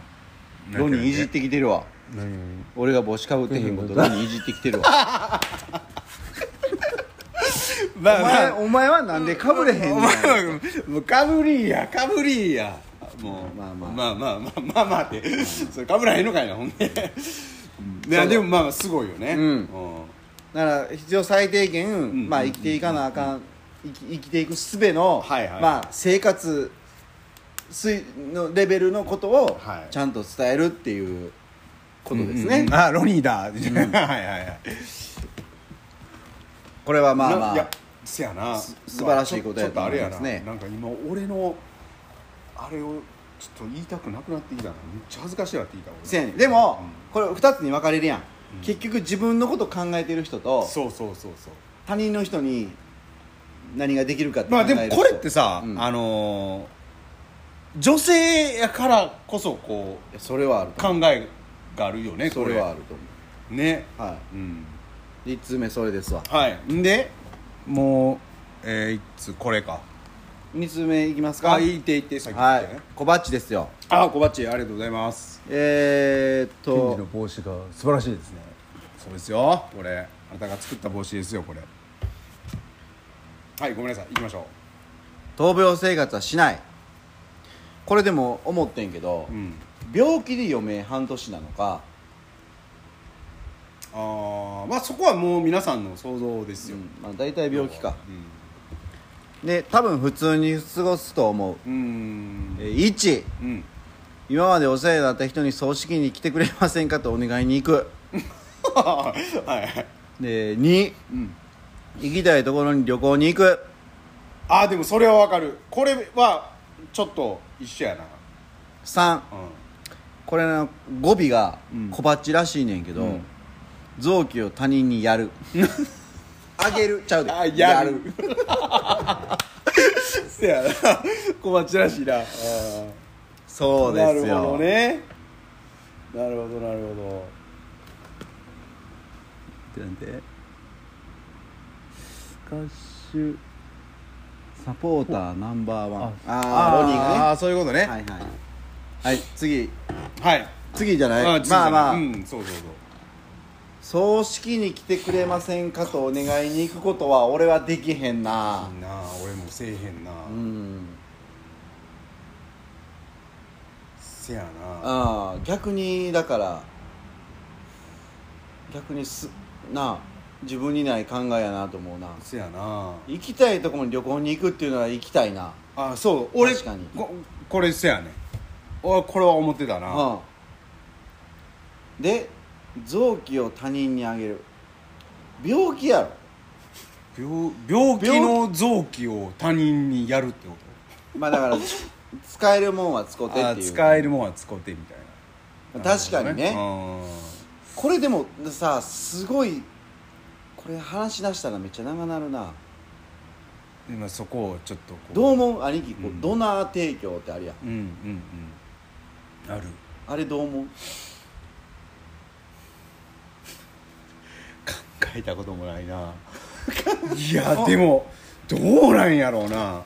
なんロかねニーいじってきてるわ俺が帽子かぶってへんことロニーいじってきてるわ まあまお前あお前はなんでかぶれへんねんお前はもうかぶりやかぶりやもうまあまあまあまあまあまあまあってそれかぶらへんのかいなほんでいやそうでもまあまあすごいよねうんだから必要最低限、んまあ、生きていかなあかん、生き生きていく術の、はいはいまあ、生活水のレベルのことをはいちゃんと伝えるっていうことですね、うんうんあロニーだはいはいはいこれはまあなまいやあせやなす素晴らしいことやとと思思いいまますすねねなんか今俺のあれをちょっと言いたくなくなってきたなめっちゃ恥ずかしいなって言いた俺せやねんでも、これ2つに分かれるやん、結局自分のこと考えてる人うんとそうそうそうそう他人の人に何ができるかって考まえあるで人もこれってさ、うんあのー女性やからこそこいやそれはあるうと考思えがあるよねうそこれはあると思ねうはうんい1通目それですわはいんでもうえー、いつこれか2通目いきますかあいっていってさっき言はっいてね、小バッチですよああ小鉢ありがとうございますえー、っ天と帽子が素晴らしいですねそうですよこれあなたが作った帽子ですよこれはいごめんなさい行きましょ闘病生活はしないこれでも思ってんけど、ううん病気で余命半年なのか、あーまあそこはもう皆さんの想像ですうよ、んまあ、大体病気かうんで多分普通に過ごすと思ううーんえー1うん今までお世話になった人に葬式に来てくれませんかとお願いに行く はいはいで2うん行きたいところに旅行に行くあーでもそれはわかるこれはちょっと一緒やな3うこれの語尾がうん小バッチらしいねんけど、うん臓器を他人にや るあげるちゃうでんあやる せやな小町らしいなそうでなするほよ、どねなるほどなるほどってなんてカッシュサポーターナンバーワンああロニーあがーそういうことねねはいはいはい次はい、次じゃないーまあまあ、うんそうそうそう葬式に来てくれませんかとお願いに行くことは俺はできへんななあ俺もせえへんな、うんせやなああ逆にだから逆にすなあ自分にない考えやなと思うなせやな行きたいところに旅行に行くっていうのは行きたいなあそう俺確かにここれせやね俺これは思ってたな、うんで臓器を他人にあげる病気やろ病病気の臓器を他人にやるってこまあだ から使えるもんは使うとてあってーいう使えるもんは使ってみたいな確かにねうこれでもさすごいこれ話し出したらめっちゃ長なるなん今そこをちょっとこどう思う兄貴、こううんドナー提供ってあるやんうんうんうんあるあれどう思う考えたこともないないやでもどうなんやろうな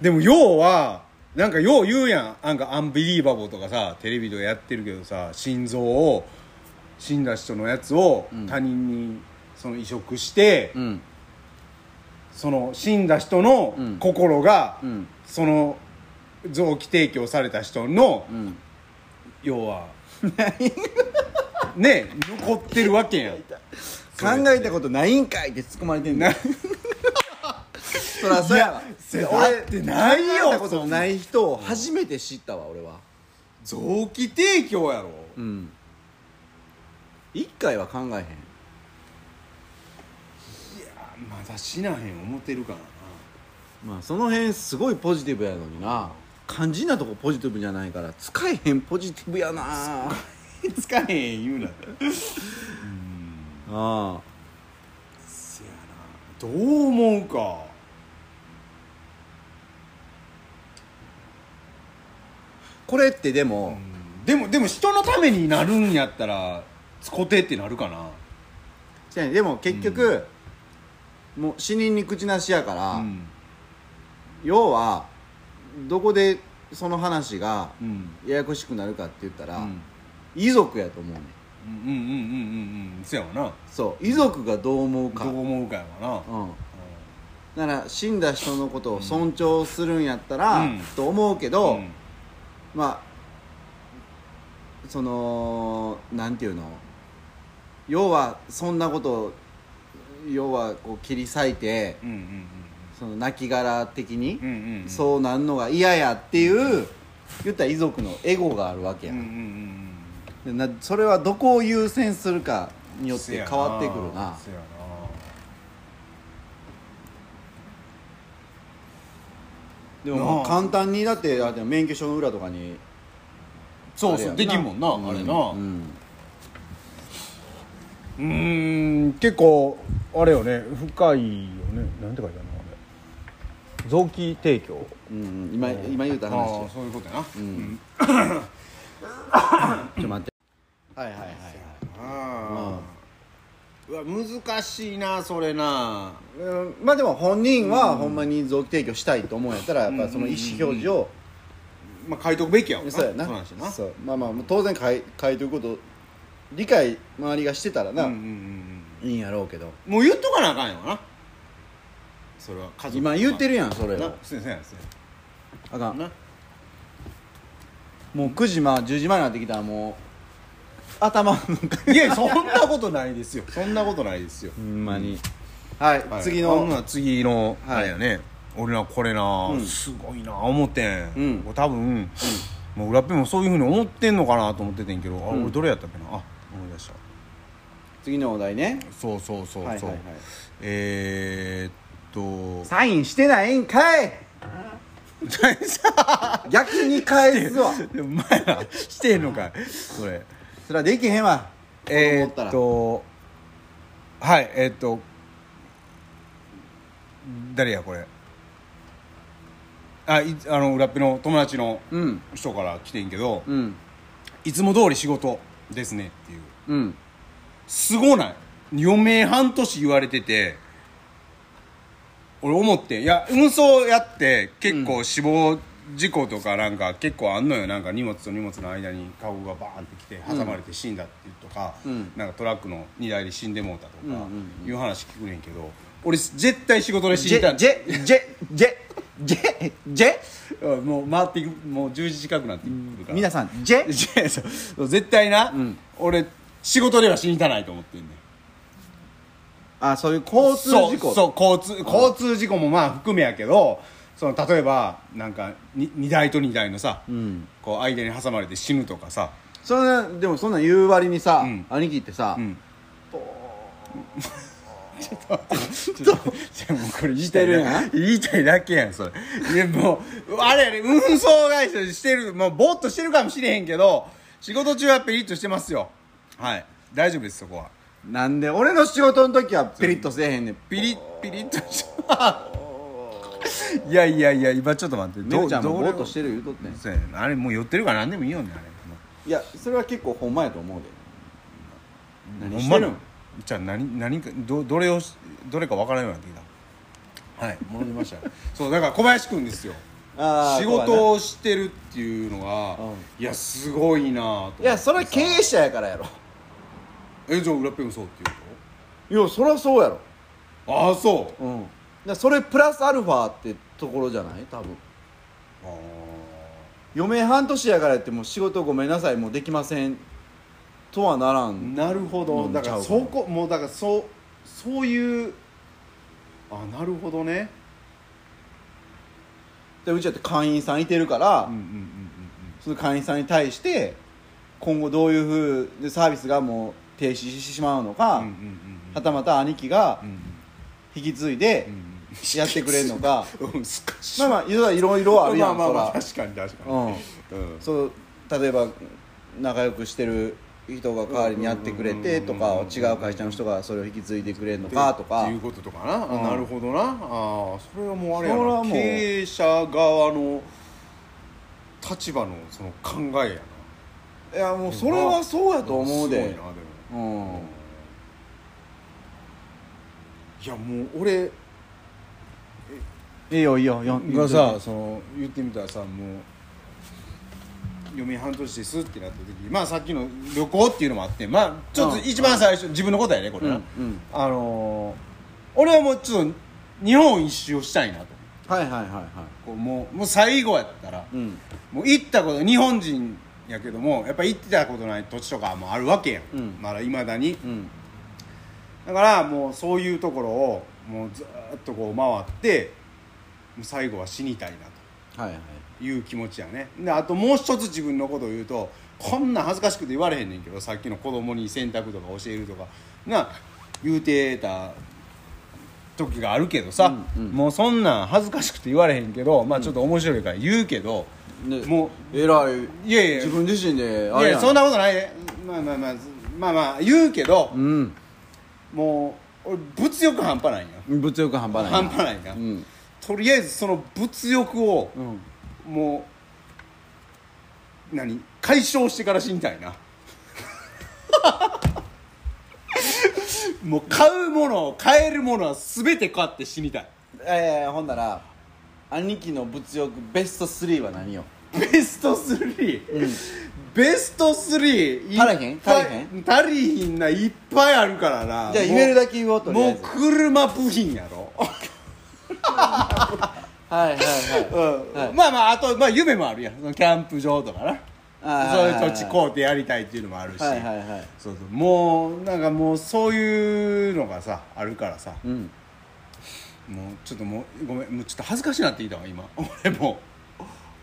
でも要はなんかよう言うやんなんかアンビリーバボーとかさテレビでやってるけどさ心臓を死んだ人のやつをうん他人にその移植して、うんその死んだ人のうん心が、うんその臓器提供された人の、うん要はね残ってるわけやん考えたことないんかいって突っ込まれてんだよ そらそうやわいやだってないよ考えたことない人を初めて知ったわ俺は臓器提供やろうん一回は考えへんまだ死なへん思ってるからなまあその辺すごいポジティブやのにな肝心なとこポジティブじゃないから使えへんポジティブやなあつかへん言うなあせやなどう思うかこれってでも、でもでも人のためになるんやったらつこてってなるかなせやねでも結局、もう死人に口なしやから、うん要はどこでその話がうんややこしくなるかって言ったら、うん遺族やと思うねんうんうんうんうんうんせやわなそう遺族がどう思うかどう思うかやわうんだから死んだ人のことを尊重するんやったら、うんと思うけなど、うんまあそのなんていうの要はそんなことを要はこう切り裂いてうんうんその亡骸的に、うんうんうんそうなんのが嫌やっていう言ったら遺族のエゴがあるわけやうんうんん、うんでなそれはどこを優先するかうんによって変わってくるなせやなでももなうあ簡単にだってあれ免許証の裏とかにそうそうあれでやきんもんなあれなうんうんうーん結構あれよね深いよねなんて書いてあるのあれ臓器提供うん今今言うた話あちあそういうことやなうんょっと待ってはいはいはいああうわ難しいなそれなうんまあでも本人はほんまに臓器提供したいと思うんやったらやっぱその意思表示をまあ書いとくべきやわなそうやなそうなんしなそうまあまあ当然書い書いてること理解周りがしてたらうんなうんうんいいんやろうけどうんもう言っとかなあかんよなそれは家族今言ってるやんそれなを先生や先あか生んなもう9時まあ10時前になってきたらもう頭の中いやそんなことないですよそんなことないですよほんまにはいはい次あほんなのら次のはいあれやね、俺らこれな、うんすごいな思ってん、うんこれ多分、もう裏っぺもそういうふうに思ってんのかなと思っててんけど、あうん俺どれやったっけなあ思い出した次のお題ねそうそうそうそう、はいはいはいえ ー、っとサインしてないんか い逆に返すわでも前らしてんのかい それそれはできへんわえ子供おったー、らっとはいえー、っと誰やこれあいあの裏っぺの友達のうん人から来てんけど、うんいつも通り仕事ですねっていううんすごない余命半年言われてて俺思っていや運送やって結構死亡事故とかなんか結構あんのよなんか荷物と荷物の間に顔がバーンってきて挟まれて死んだっていうとか、うんなんかトラックの荷台で死んでもうたとうんうかんいう話聞くねんけど俺絶対仕事で死ジんだェジェジェジェジェジェうんもう回っていくもう10時近くなってくるから皆さんジェいやそう絶対な、ん俺仕事では死にたないと思ってんねんあそういう交通事そ故うそう交通交通事故もまあ含めやけどその例えばなんかに荷台と荷台のさ、うんこう間に挟まれて死ぬとかさ、そんなでもそんなん言う割にさ、うん兄貴ってさ、うん、 ちょっとじゃあもうこれ言いたいしてるやだんけ言いたいだけやんそれいやもうあれやね運送会社してるもうぼーっとしてるかもしれへんけど仕事中はペリッとしてますよはい大丈夫ですそこはなんで俺の仕事の時はピリッとせえへんねんピリッピリッとしていやいやいや今ちょっと待ってめぐちゃんもどぼうーっとしてる言うとってんそうやねあれもう寄ってるから何でもいいよねあれいやそれは結構ほんまやと思うでもう何してるほんんまにじゃあ何何かどどれをしどれか分からんようになってきたはい戻りましたそうだから小林君ですよあー仕こうや事をしてるっていうのが、うんいやすごいなぁとないやそれは経営者やからやろえじゃあ裏ペンもそうっていういやそりゃそうやろことああそううんだからそれプラスアルファってところじゃない多分あー余命半年やからやってもう仕事ごめんなさいもうできませんとはならんなるほうどんだかちゃらうかそなこもうだからそうそういうあなるほどねでうちだって会員さんいてるから、うんうんうんうんその会員さんに対して今後どういうふうでサービスがもう停止してしまうのか、うんうんうんうんはたまた兄貴がうん引き継いでうんやってくれるのか、うんうんすかしまあまあいろいろいろあるやん、まあまあまあそら確かに確かにうんうんそう例えば仲良くしてる人が代わりにやってくれてうとかんうんうん違う会社の人がそれを引き継いでくれるのかとっかていうこととかな、あうんなるほどなあーそれはもうあれやそれはなもう経営者側の立場のその考えやないやもうそれはそうやと思うすでごいなでもうんいやもう俺いいよいいよよんがさその言ってみたらさもう余命半年ですってなった時まあさっきの旅行っていうのもあってまあちょっとうん一番最初、自分のことやねこれな、うんうんあのー俺はもうちょっと日本一周をしたいなとはいはいはいはこうもうもう最後やったら、いうんもう行ったこと日本人やけどもやっぱ行ってたことない土地とかもあるわけやん、うんまだいまだにうんだからもうそういうところをもうずーっとこう回ってもう最後は死にたいなはいはいという気持ちやねであともう一つ自分のことを言うとこんなん恥ずかしくて言われへんねんけどさっきの子供に洗濯とか教えるとかな言うてた時があるけどさ、うんうんもうそんなん恥ずかしくて言われへんけどまあちょっと面白いから言うけど、でもうえらいいやいや自分自身であいれややそんなことないでまあまあまあまあまあ言うけど、うんもう俺物欲半端ないんよ物欲半端ないな半端ないな、うんとりあえずその物欲をうんもう何解消してから死にたいな もう買うもの買えるものは全て買って死にたいえーほんなら兄貴の物欲ベスト3は何よベスト3、ベスト3いっぱい足りへん足りへん足りひんないっぱいあるからなじゃあもう言えるだけ言おうとりあもえうず車部品やろ、はいはいはういんはいまあまああと、まあ、夢もあるやんそのキャンプ場とかなあーそういはいはいう土地買うてやりたいっていうのもあるし、はいはいはいそうそうもうなんかもうそういうのがさあるからさ、うんもうちょっともうごめんもうちょっと恥ずかしいなって言いたわ今 俺も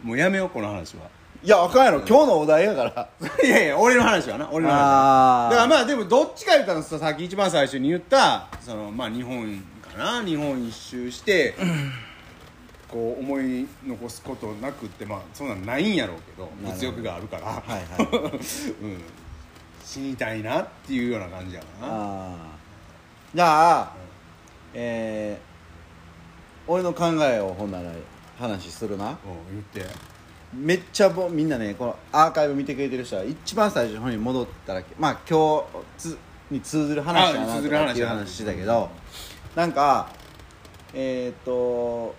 うもうやめようこの話はいやあかんやろ今日のお題やから いやいや俺の話はな俺の話あはーだからまあでもどっちか言ったらささっき一番最初に言ったそのまあ日本かな日本一周してこう思い残すことなくってまあそんなんないんやろうけどなるほど物欲があるから はいはい うん、死にたいなっていうような感じやからなあーじゃあ、えー俺の考えをほんなら話するなうん言ってめっちゃぼみんなねこのアーカイブ見てくれてる人は一番最初の方に戻ったらまあ今日つに通ずる話だあな通とずるかっ話ていうだな話してたけどなんかえーっと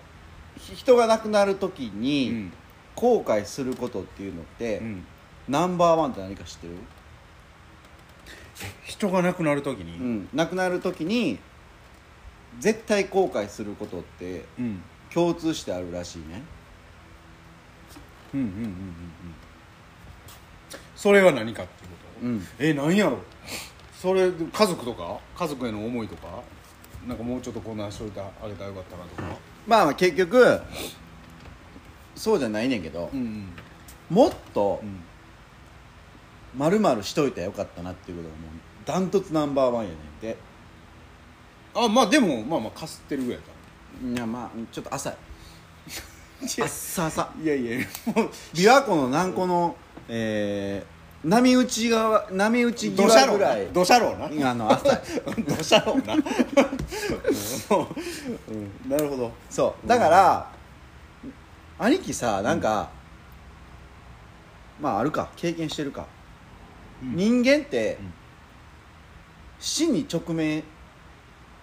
ひ人が亡くなる時うにん後悔することっていうのって、うんナンバーワンって何か知ってる、人が亡くなる時にうん、亡くなる時に絶対後悔することってうん共通してあるらしいねうんうんうんうんうんそれは何かっていうこうんえなんやろそれ家族とか家族への思いとかなんかもうちょっとこんなんしといてあげたらよかったなとか、まあまあ結局そうじゃないねんけど、うんもっとうんまるまるしといたらよかったなっていうことがもうダントツナンバーワンやねんてあまあでもまあまあかすってるぐらいだいやまあちょっ と浅い浅浅いやいやもう琵琶湖の南湖の、えー、波打ち側波打ち土砂際ろぐらい土砂ろなあの浅い土砂ろなうんなるほどそうだから、兄貴さなんか、まああるか経験してるか、うん人間って、うん死に直面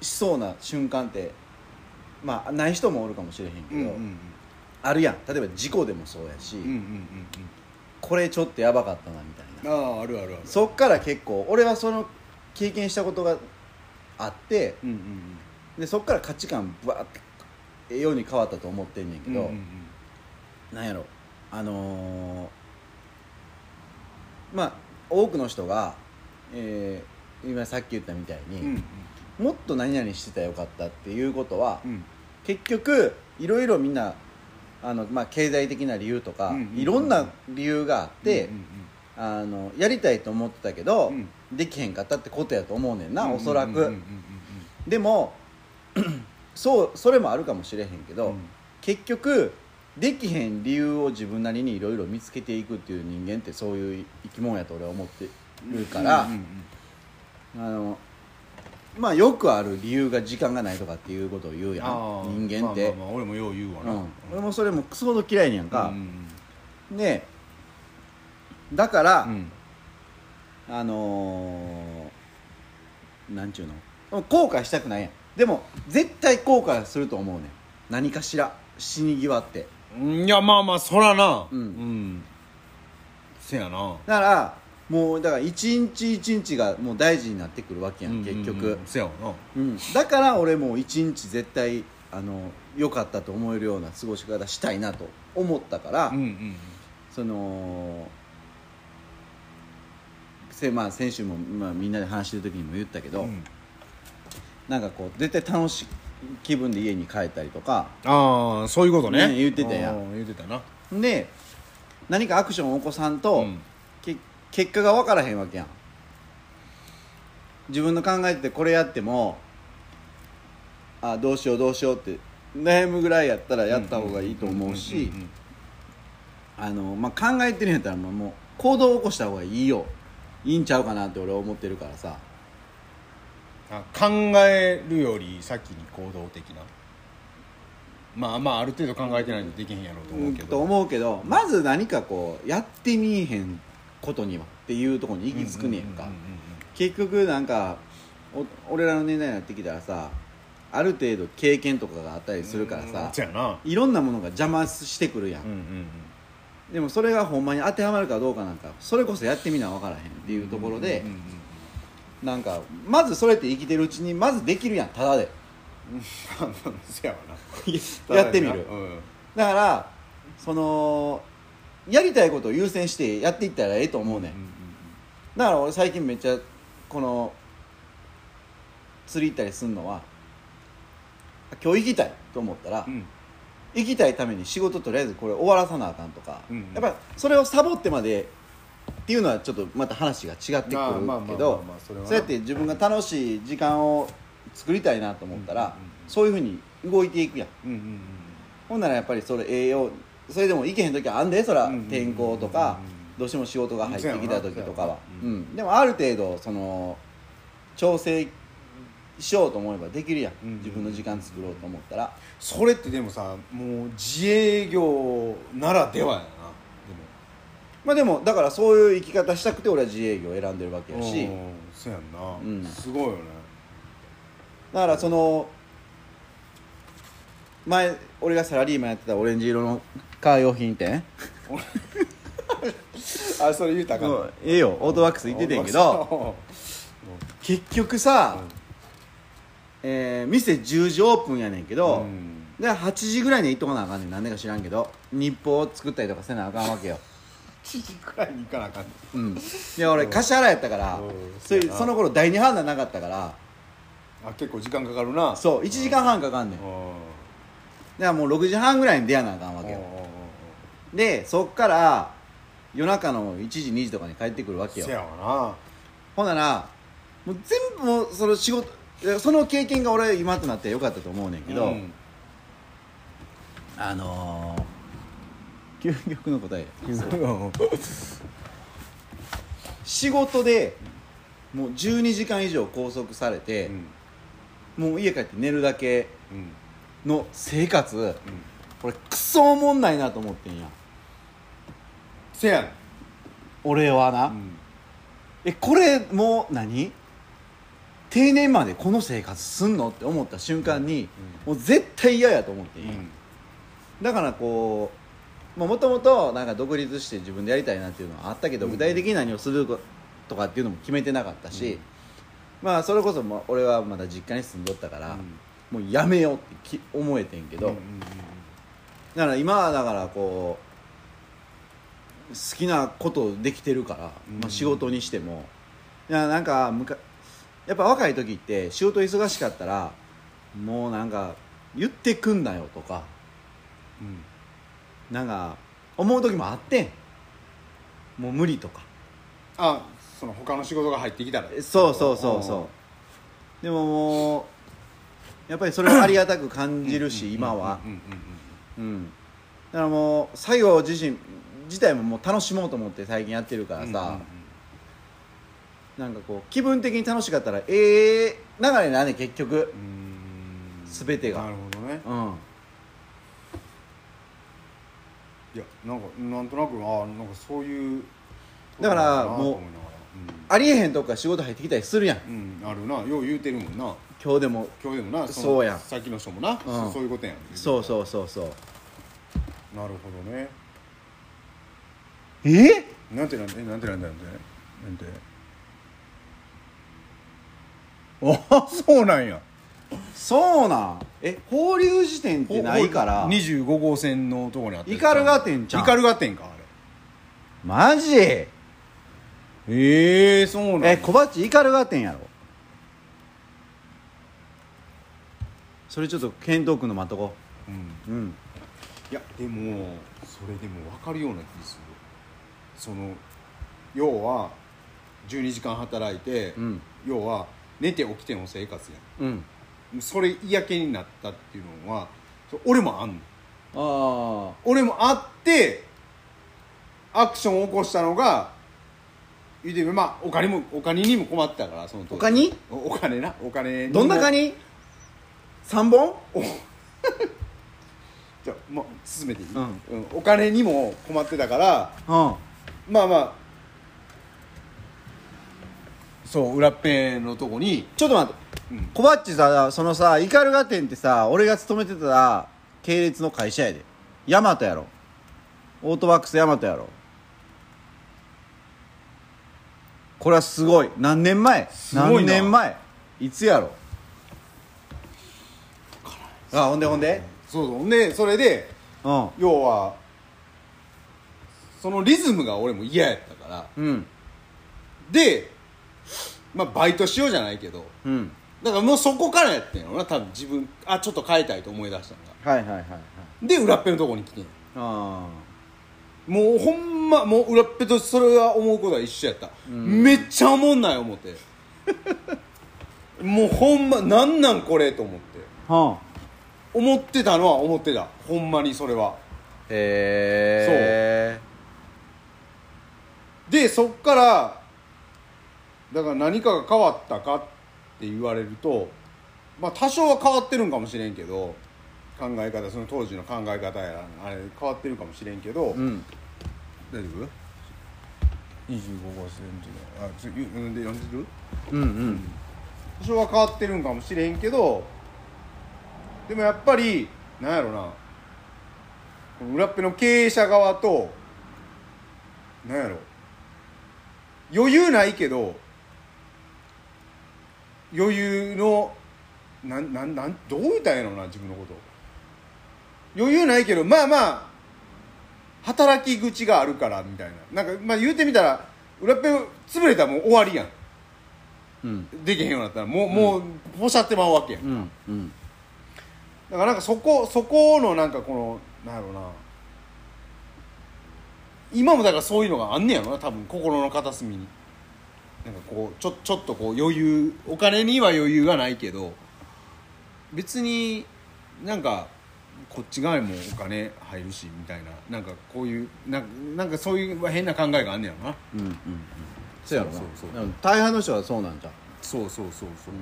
しそうな瞬間ってまあない人もおるかもしれへんけうんうんど、あるやん例えば事故でもそうやし、うんうんうんこれちょっとやばかったなみたいうんなあああるあるあるそっから結構俺はその経験したことがあってうんうんでそっから価値観バーってええように変わったと思ってんねんうけんど、うんうんなんやろあのーまあ多くの人が、えー今さっき言ったみたいうんに、もっと何々してたらよかったっていうことは、うん結局いろいろみんなあの、まあ、経済的な理由とか、うんうんうんいろんな理由があって、うんあのやりたいと思ってたけど、うんできへんかったってことやと思うねんうな、んおそらく、うんうんうんでも そうそれもあるかもしれへんけど、うん結局できへん理由を自分なりにいろいろ見つけていくっていう人間ってそういう生き物やと俺は思ってうんるから、うんうんあのまあよくある理由が時間がないとかっていうことを言ううんやああん人間って、まあまあまあ俺もよう言うわなうん、俺もそれもクソほど嫌いねやんかう、んねだから、うんあのー、なんちゅうの後悔したくないやんでも絶対後悔すると思うねん何かしら死に際ってうんいやまあまあそらなうんんせやなだからもうだから一日一日がもう大事になってくるわけやん結うんうん局うん、せやわなうん、だから俺もう一日絶対あの良かったと思えるような過ごし方したいなと思ったから、うんうんそのせ、まあ、先週も、まあ、みんなで話してる時にも言ったけど、うんなんかこう絶対楽しい気分で家に帰ったりとかああそういうことねね言うてたやんあー言うてたなで何かアクションを起こさんうと、んけ結果が分からへんわけやん自分の考えててこれやってもあどうしようどうしようって悩むぐらいやったらやった方がいいと思うしんんんあのまあ考えてるんやったらまあもう行動を起こした方がいいよいいんちゃうかなって俺は思ってるからさあ考えるより先に行動的なまあまあある程度考えてないとできへんやろうと思うけどと思うけどまず何かこうやってみえへんことにはっていうところに行き着くねんか、うう結局なんかお俺らの年代になってきたらさある程度経験とかがあったりするかうらさんそやないろんなものが邪魔してくるやん、うんうんうんでもそれがほんまに当てはまるかどうかなんかそれこそやってみな分からへんっていうところで、うんうんうんなんかまずそれって生きてるうちにまずできるやんただでうんせやわなやってみるうんだからそのやりたいことを優先してやっていったらええと思うねん、だから俺最近めっちゃこの釣り行ったりすんのは今日行きたいと思ったら、うんうん行きたいために仕事とりあえずこれ終わらさなあかんとか、うんうんやっぱそれをサボってまでっていうのはちょっとまた話が違ってくるまあまあまけあまあどまあそれはなそうやって自分が楽しい時間を作りたいなと思ったら、うんうんうんそういうふうに動いていくやんうんうんうんほんならやっぱりそれ栄養それでも行けへん時はあんでそらうんうんうん天候とかうんうんどうしても仕事が入ってきた時とかはううんんでもある程度その調整しようと思えばできるやうんうんん自分の時間作ろうと思ったらそれってでもさもう自営業ならではやなまあでもだからそういう生き方したくて俺は自営業を選んでるわけでもやしうんせやんな、うんすごいよねだからその前俺がサラリーマンやってたオレンジ色のカー用品店あそれ言うたらあかんのうんええよオートワックス行っててんけど結局さ、うんえー店10時オープンやねんけど、うんで8時ぐらいに行っとかなあかんねんなんでか知らんけど日報を作ったりとかせなあかんわけよ7時くらいに行かなあかんうんいや俺橿原やったからうんそれそうやなその頃第二判断なかったからあ結構時間かかるなそう1時間半かかんねんうだかんらもう6時半ぐらいに出やなあかんわけようでそっから夜中の1時2時とかに帰ってくるわんけよせやわほんならもう全部もうその仕事いやその経験が俺今となってよかったと思うねんなけど、うんあのー、究極の答え仕事でもう12時間以上拘束されて、もう家帰って寝るだけうんの生活うんこれクソおもんないなと思ってんやせやねん俺はな、うんえこれもう何定年までこの生活すんのって思った瞬間に、もう絶対嫌やと思ってんや、だからこうもともと独立して自分でやりたいなっていうのはあったけど、うん具体的に何をするとかっていうのも決めてなかったし、まあそれこそまあ俺はまだ実家に住んどったから、もうやめようってき思えてんけど、うんうんだから今はだからこう好きなことできてるから、うんまあ、仕事にしてもいやなんかむかやっぱ若い時って仕事忙しかったらもうなんか言ってくんなよとかうんなんか思う時もあってんもう無理とかあその他の仕事が入ってきたらえそうそうそうそうでももうやっぱりそれをありがたく感じるし今はうんうんうんうんだからもう作業自身自体ももう楽しもうと思って最近やってるかうらんさ、なんかこう気分的に楽しかったらええ流れなんね結局うんうんうん全てがなるほどねうんいやなんかなんとなくあなんかそういうだからそうだなもうと思いながありえへんとこから仕事入ってきたりするやんらうん、うん、あるなよう言うてるもんな今日でも今日でもなのそうやんさっきの人もな、そそういうことやんそうそうそうそううなるほどねえなんてなんてなんてなんてなんてな んてあそうなんやそうなんえ放流時点ってないから25号線のとこにあったやつ斑鳩店ちゃう斑鳩店かあマジれええー、そうなんやえ小鉢イカルガ店やろそれちょっと検討君の待っとこうんううんいやでもそれでも分かるような気するその要は12時間働いて、うん要は寝て起きての生活やうんんそれ嫌気になったっていうのはそう俺もあんのあ俺もあってアクションを起こしたのが言うてみればまあお金もお金にも困ってたからその時お金おお金なお金あにどんなもカニ3本じゃあもう進めていい、うんうん、お金にも困ってたからうんまあまあそう裏っぺのとこに、ちょっと待ってうん、小鉢さそのさイカルガ店ってさ俺が勤めてた系列の会社やでヤマトやろオートバックスヤマトやろこれはすごい何年前すごい何な年前いつやろあほんでほんでそうそうほんでそれでうん要はそのリズムが俺も嫌やったからうんでまあバイトしようじゃないけどうんだからもうそこからやってんやろな多分自分あちょっと変えたいと思い出したのがはいはいはいはいで裏っぺのとこに来てんやあもうほんまもう裏っぺとそれは思うことは一緒やった、んめっちゃおもんない思ってもうほんまなんなんこれと思ってあはあ思ってたのは思ってたほんまにそれはへえでそっからだから何かが変わったかって言われるとまあ多少は変わってるんかもしれんけど考え方その当時の考え方やらあれ変わってるかもしれんけど、うん大丈夫25号線のあつゆうんで呼んでるうんうん多少は変わってるんかもしれんけどでもやっぱりなんやろなこの裏っぺの経営者側となんやろ余裕ないけど余裕のなんなんなんどう言うたらええのな自分のこと余裕ないけどまあまあ働き口があるからみたいななんか、まあ、言うてみたら裏っぺ潰れたらもう終わりやんうんできへんようになったらもう、もうポシャってまうわけやん、うんうんだからなんかそこそこのなんかこのなんやろうな今もだからそういうのがあんねやろな多分心の片隅になんかこうちょちょっとこう余裕お金には余裕がないけど別になんかこっち側にもお金入るしみたいななんかこういうなんかなんかそういう変な考えがあんねやろなうんうんうんそうやろなそうそうそうでも大半の人はそうなんじゃんそうそうそうそう、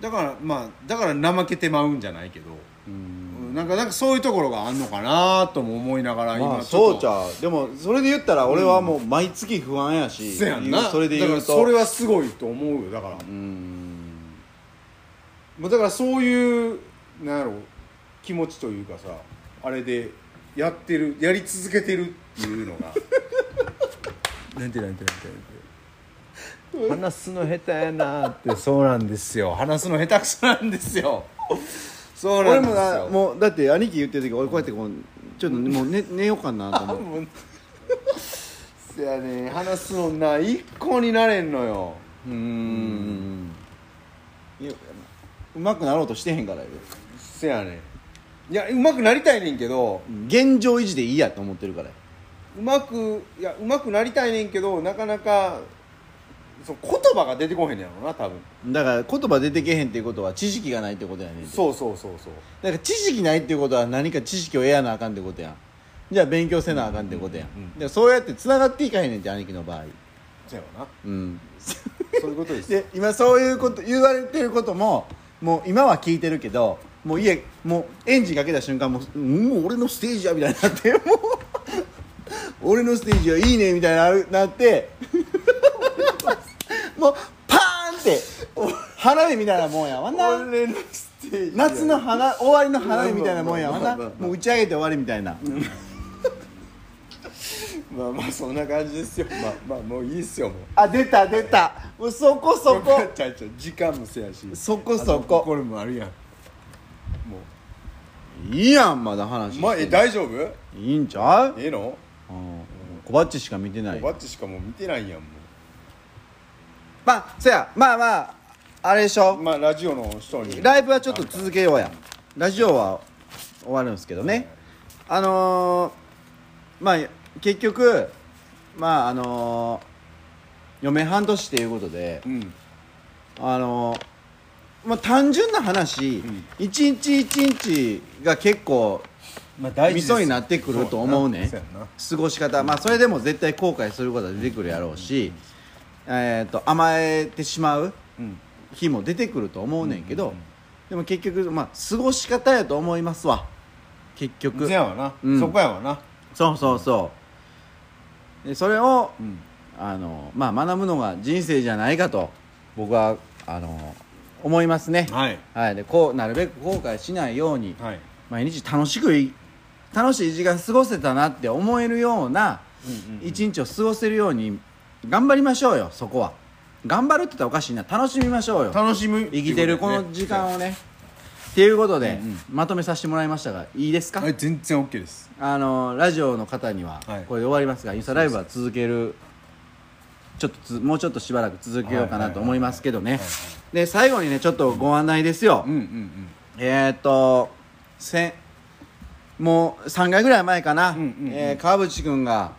だからまあだから怠けてまうんじゃないけど、うんうんなんかなんかそういうところがあんのかなとも思いながら今、まあそうちうゃうでもそれで言ったら俺はもう毎月不安やし、せやんなそれで言うだからそれとはすごいと思うよだから、うんもうだからそういうなんやろう気持ちというかさあれでやってるやり続けてるっていう のがなんてなんてなんてなんて話すの下手やなってそうなんですよ話すの下手くそなんですよそうな俺んですもよなもうだって兄貴言ってる時俺こうやってこうちょっともう寝寝ようかなと思 うもうせやね話すのな一個になれんのようーんいやうまくなろうとしてへんからよせやねいやうまくなりたいねんけど現状維持でいいやと思ってるからようまくいやうまくなりたいねんけどなかなかそう言葉が出てこへんねやろな多分だから言葉出てけへんっていうことは知識がないってことやねんてそうそうそうそうだから知識ないっていうことは何か知識を得やなあかんってことやんじゃあ勉強せなあかんってことやん、うんうんうんだからそうやってつながっていかへんねんって兄貴の場合せやろなうんそういうことです よで今そういうこと言われてることももう今は聞いてるけどもう家もうエンジンかけた瞬間もううんもう俺のステージやみたいになって もう俺のステージはいいねみたいになるな ってもうパーンって花火みたいなもんやわな俺のステージ夏の花終わりの花火みたいなもんやまわあなまあまあまあもう打ち上げて終わりみたいなまあまあそんな感じですよまあまあもういいっすよもうあ出た出たもうそこそこちゃうちゃう時間もせやしそこそあのここれもあるやんもいいやんまだ話うしてまあえ大丈夫いいんちゃうええのうんコバッチしか見てないバッチしかもう見てないやんもまあそやまあまああれでしうょまあラジオの人にライブはちょっと続けようやラジオは終わるんですけどねあのー、まあ結局まああのー、嫁半年っていうことでうんあのーまあ、単純な話、ん一日一日が結構まあ味噌になってくると思うねそうやんな過ごし方、まあ、それでも絶対後悔することは出てくるやろうし、えー、と甘えてしまううん日も出てくると思うねんけうど、んうんうんでも結局、まあ、過ごし方やと思いますわ結局せやわな、うんそこやわなそうそうそうでそれを、んあのまあ、学ぶのが人生じゃないかと僕はあの思いますね、はいはい、でこうなるべく後悔しないように、はい毎日楽しくい楽しい時間過ごせたなって思えるようなうんうん一日を過ごせるように頑張りましょうよそこは頑張るって言ったらおかしいな楽しみましょうよ楽しむ生きてるこの時間ををねっていうことで、うんうんまとめさせてもらいましたがいいですか、はい全然 OK ですあのラジオの方にははいこれで終わりますが、インスタライブは続けるちょっとつもうちょっとしばらく続けようかなと思いますけどねで最後にねちょっとご案内ですよ、うんうんうんえー、っとせんもう3回ぐらい前かな、んうんうんえー川淵君が、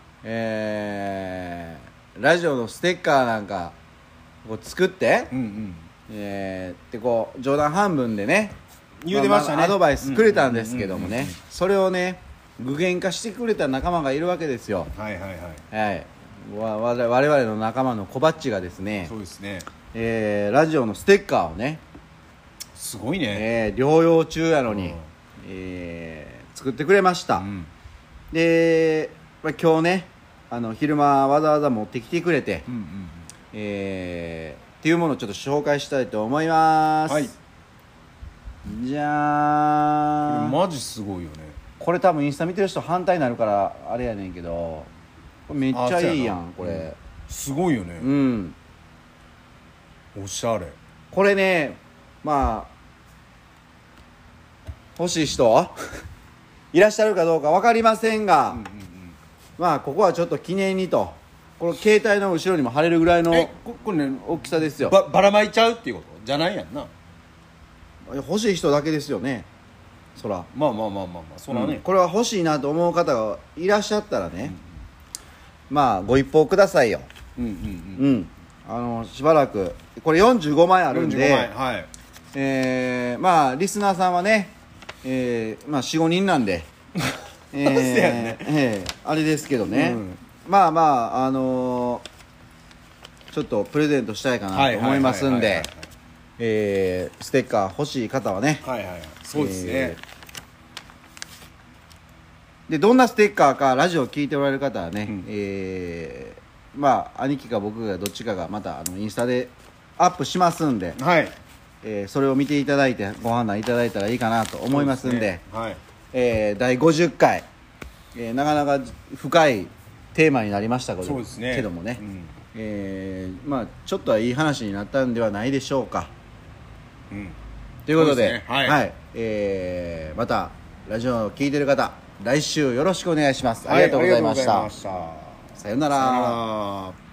えーラジオのステッカーなんかこう作って、うんうんえーってこう冗談半分でね言うてましたねああアドバイスくれたんですけどもうんうんうんねうんうんそれをね具現化してくれた仲間がいるわけですよはいはいはいはいわわ我々の仲間のコバッチがですねそ、うですねえーラジオのステッカーをねすごいねえー療養中やのに、うんえー作ってくれました、うんで、まあ、今日ねあの昼間わざわざ持ってきてくれて、うんうんえーっていうものをちょっと紹介したいと思います、はいじゃうんあ、マジすごいよねこれ多分インスタ見てる人反対になるからあれやねんけどこれめっちゃいいやんあこそうやなれすごいようん、ねおしゃれこ れねまあ欲しい人いいらっしゃるかどうか分かりませんが、うんうんまあここはちょっと記念にとこの携帯の後ろにも貼れるぐらいのうん、えここれね大きさですよばばらまいちゃうっていうことじゃないやんな欲しい人だけですよねそらまあまあまあまあまあそらうんね、これは欲しいなと思う方がいらっしゃったらね、まあご一報くださいようん、うんうんうんあのしばらくこれ45枚あるん45枚で、はいえーまあリスナーさんはね、えーまあ、45人な んでえーそうやねえーあれですけどね、うんまあまああのーちょっとプレゼントしたいかなと思いますんはいはいでえーステッカー欲しい方はねはいはいはいはいはいそうですね、えでどんなステッカーかラジオ聞いておられる方はね、うんえーまあ兄貴か僕がどっちかがまたあのインスタでアップしますんで、はいえーそれを見ていただいてご判断いただいたらいいかなと思いますんでそうねはいえー第50回、えーなかなか深いテーマになりましたけどそうですねけどもね、うんえーまあ、ちょっとはいい話になったんではないでしょうかうんということそうでですねはいえーまたラジオを聞いてる方来週よろしくお願いします、はいありがとうございましありがとうございたましたさようなさよらなら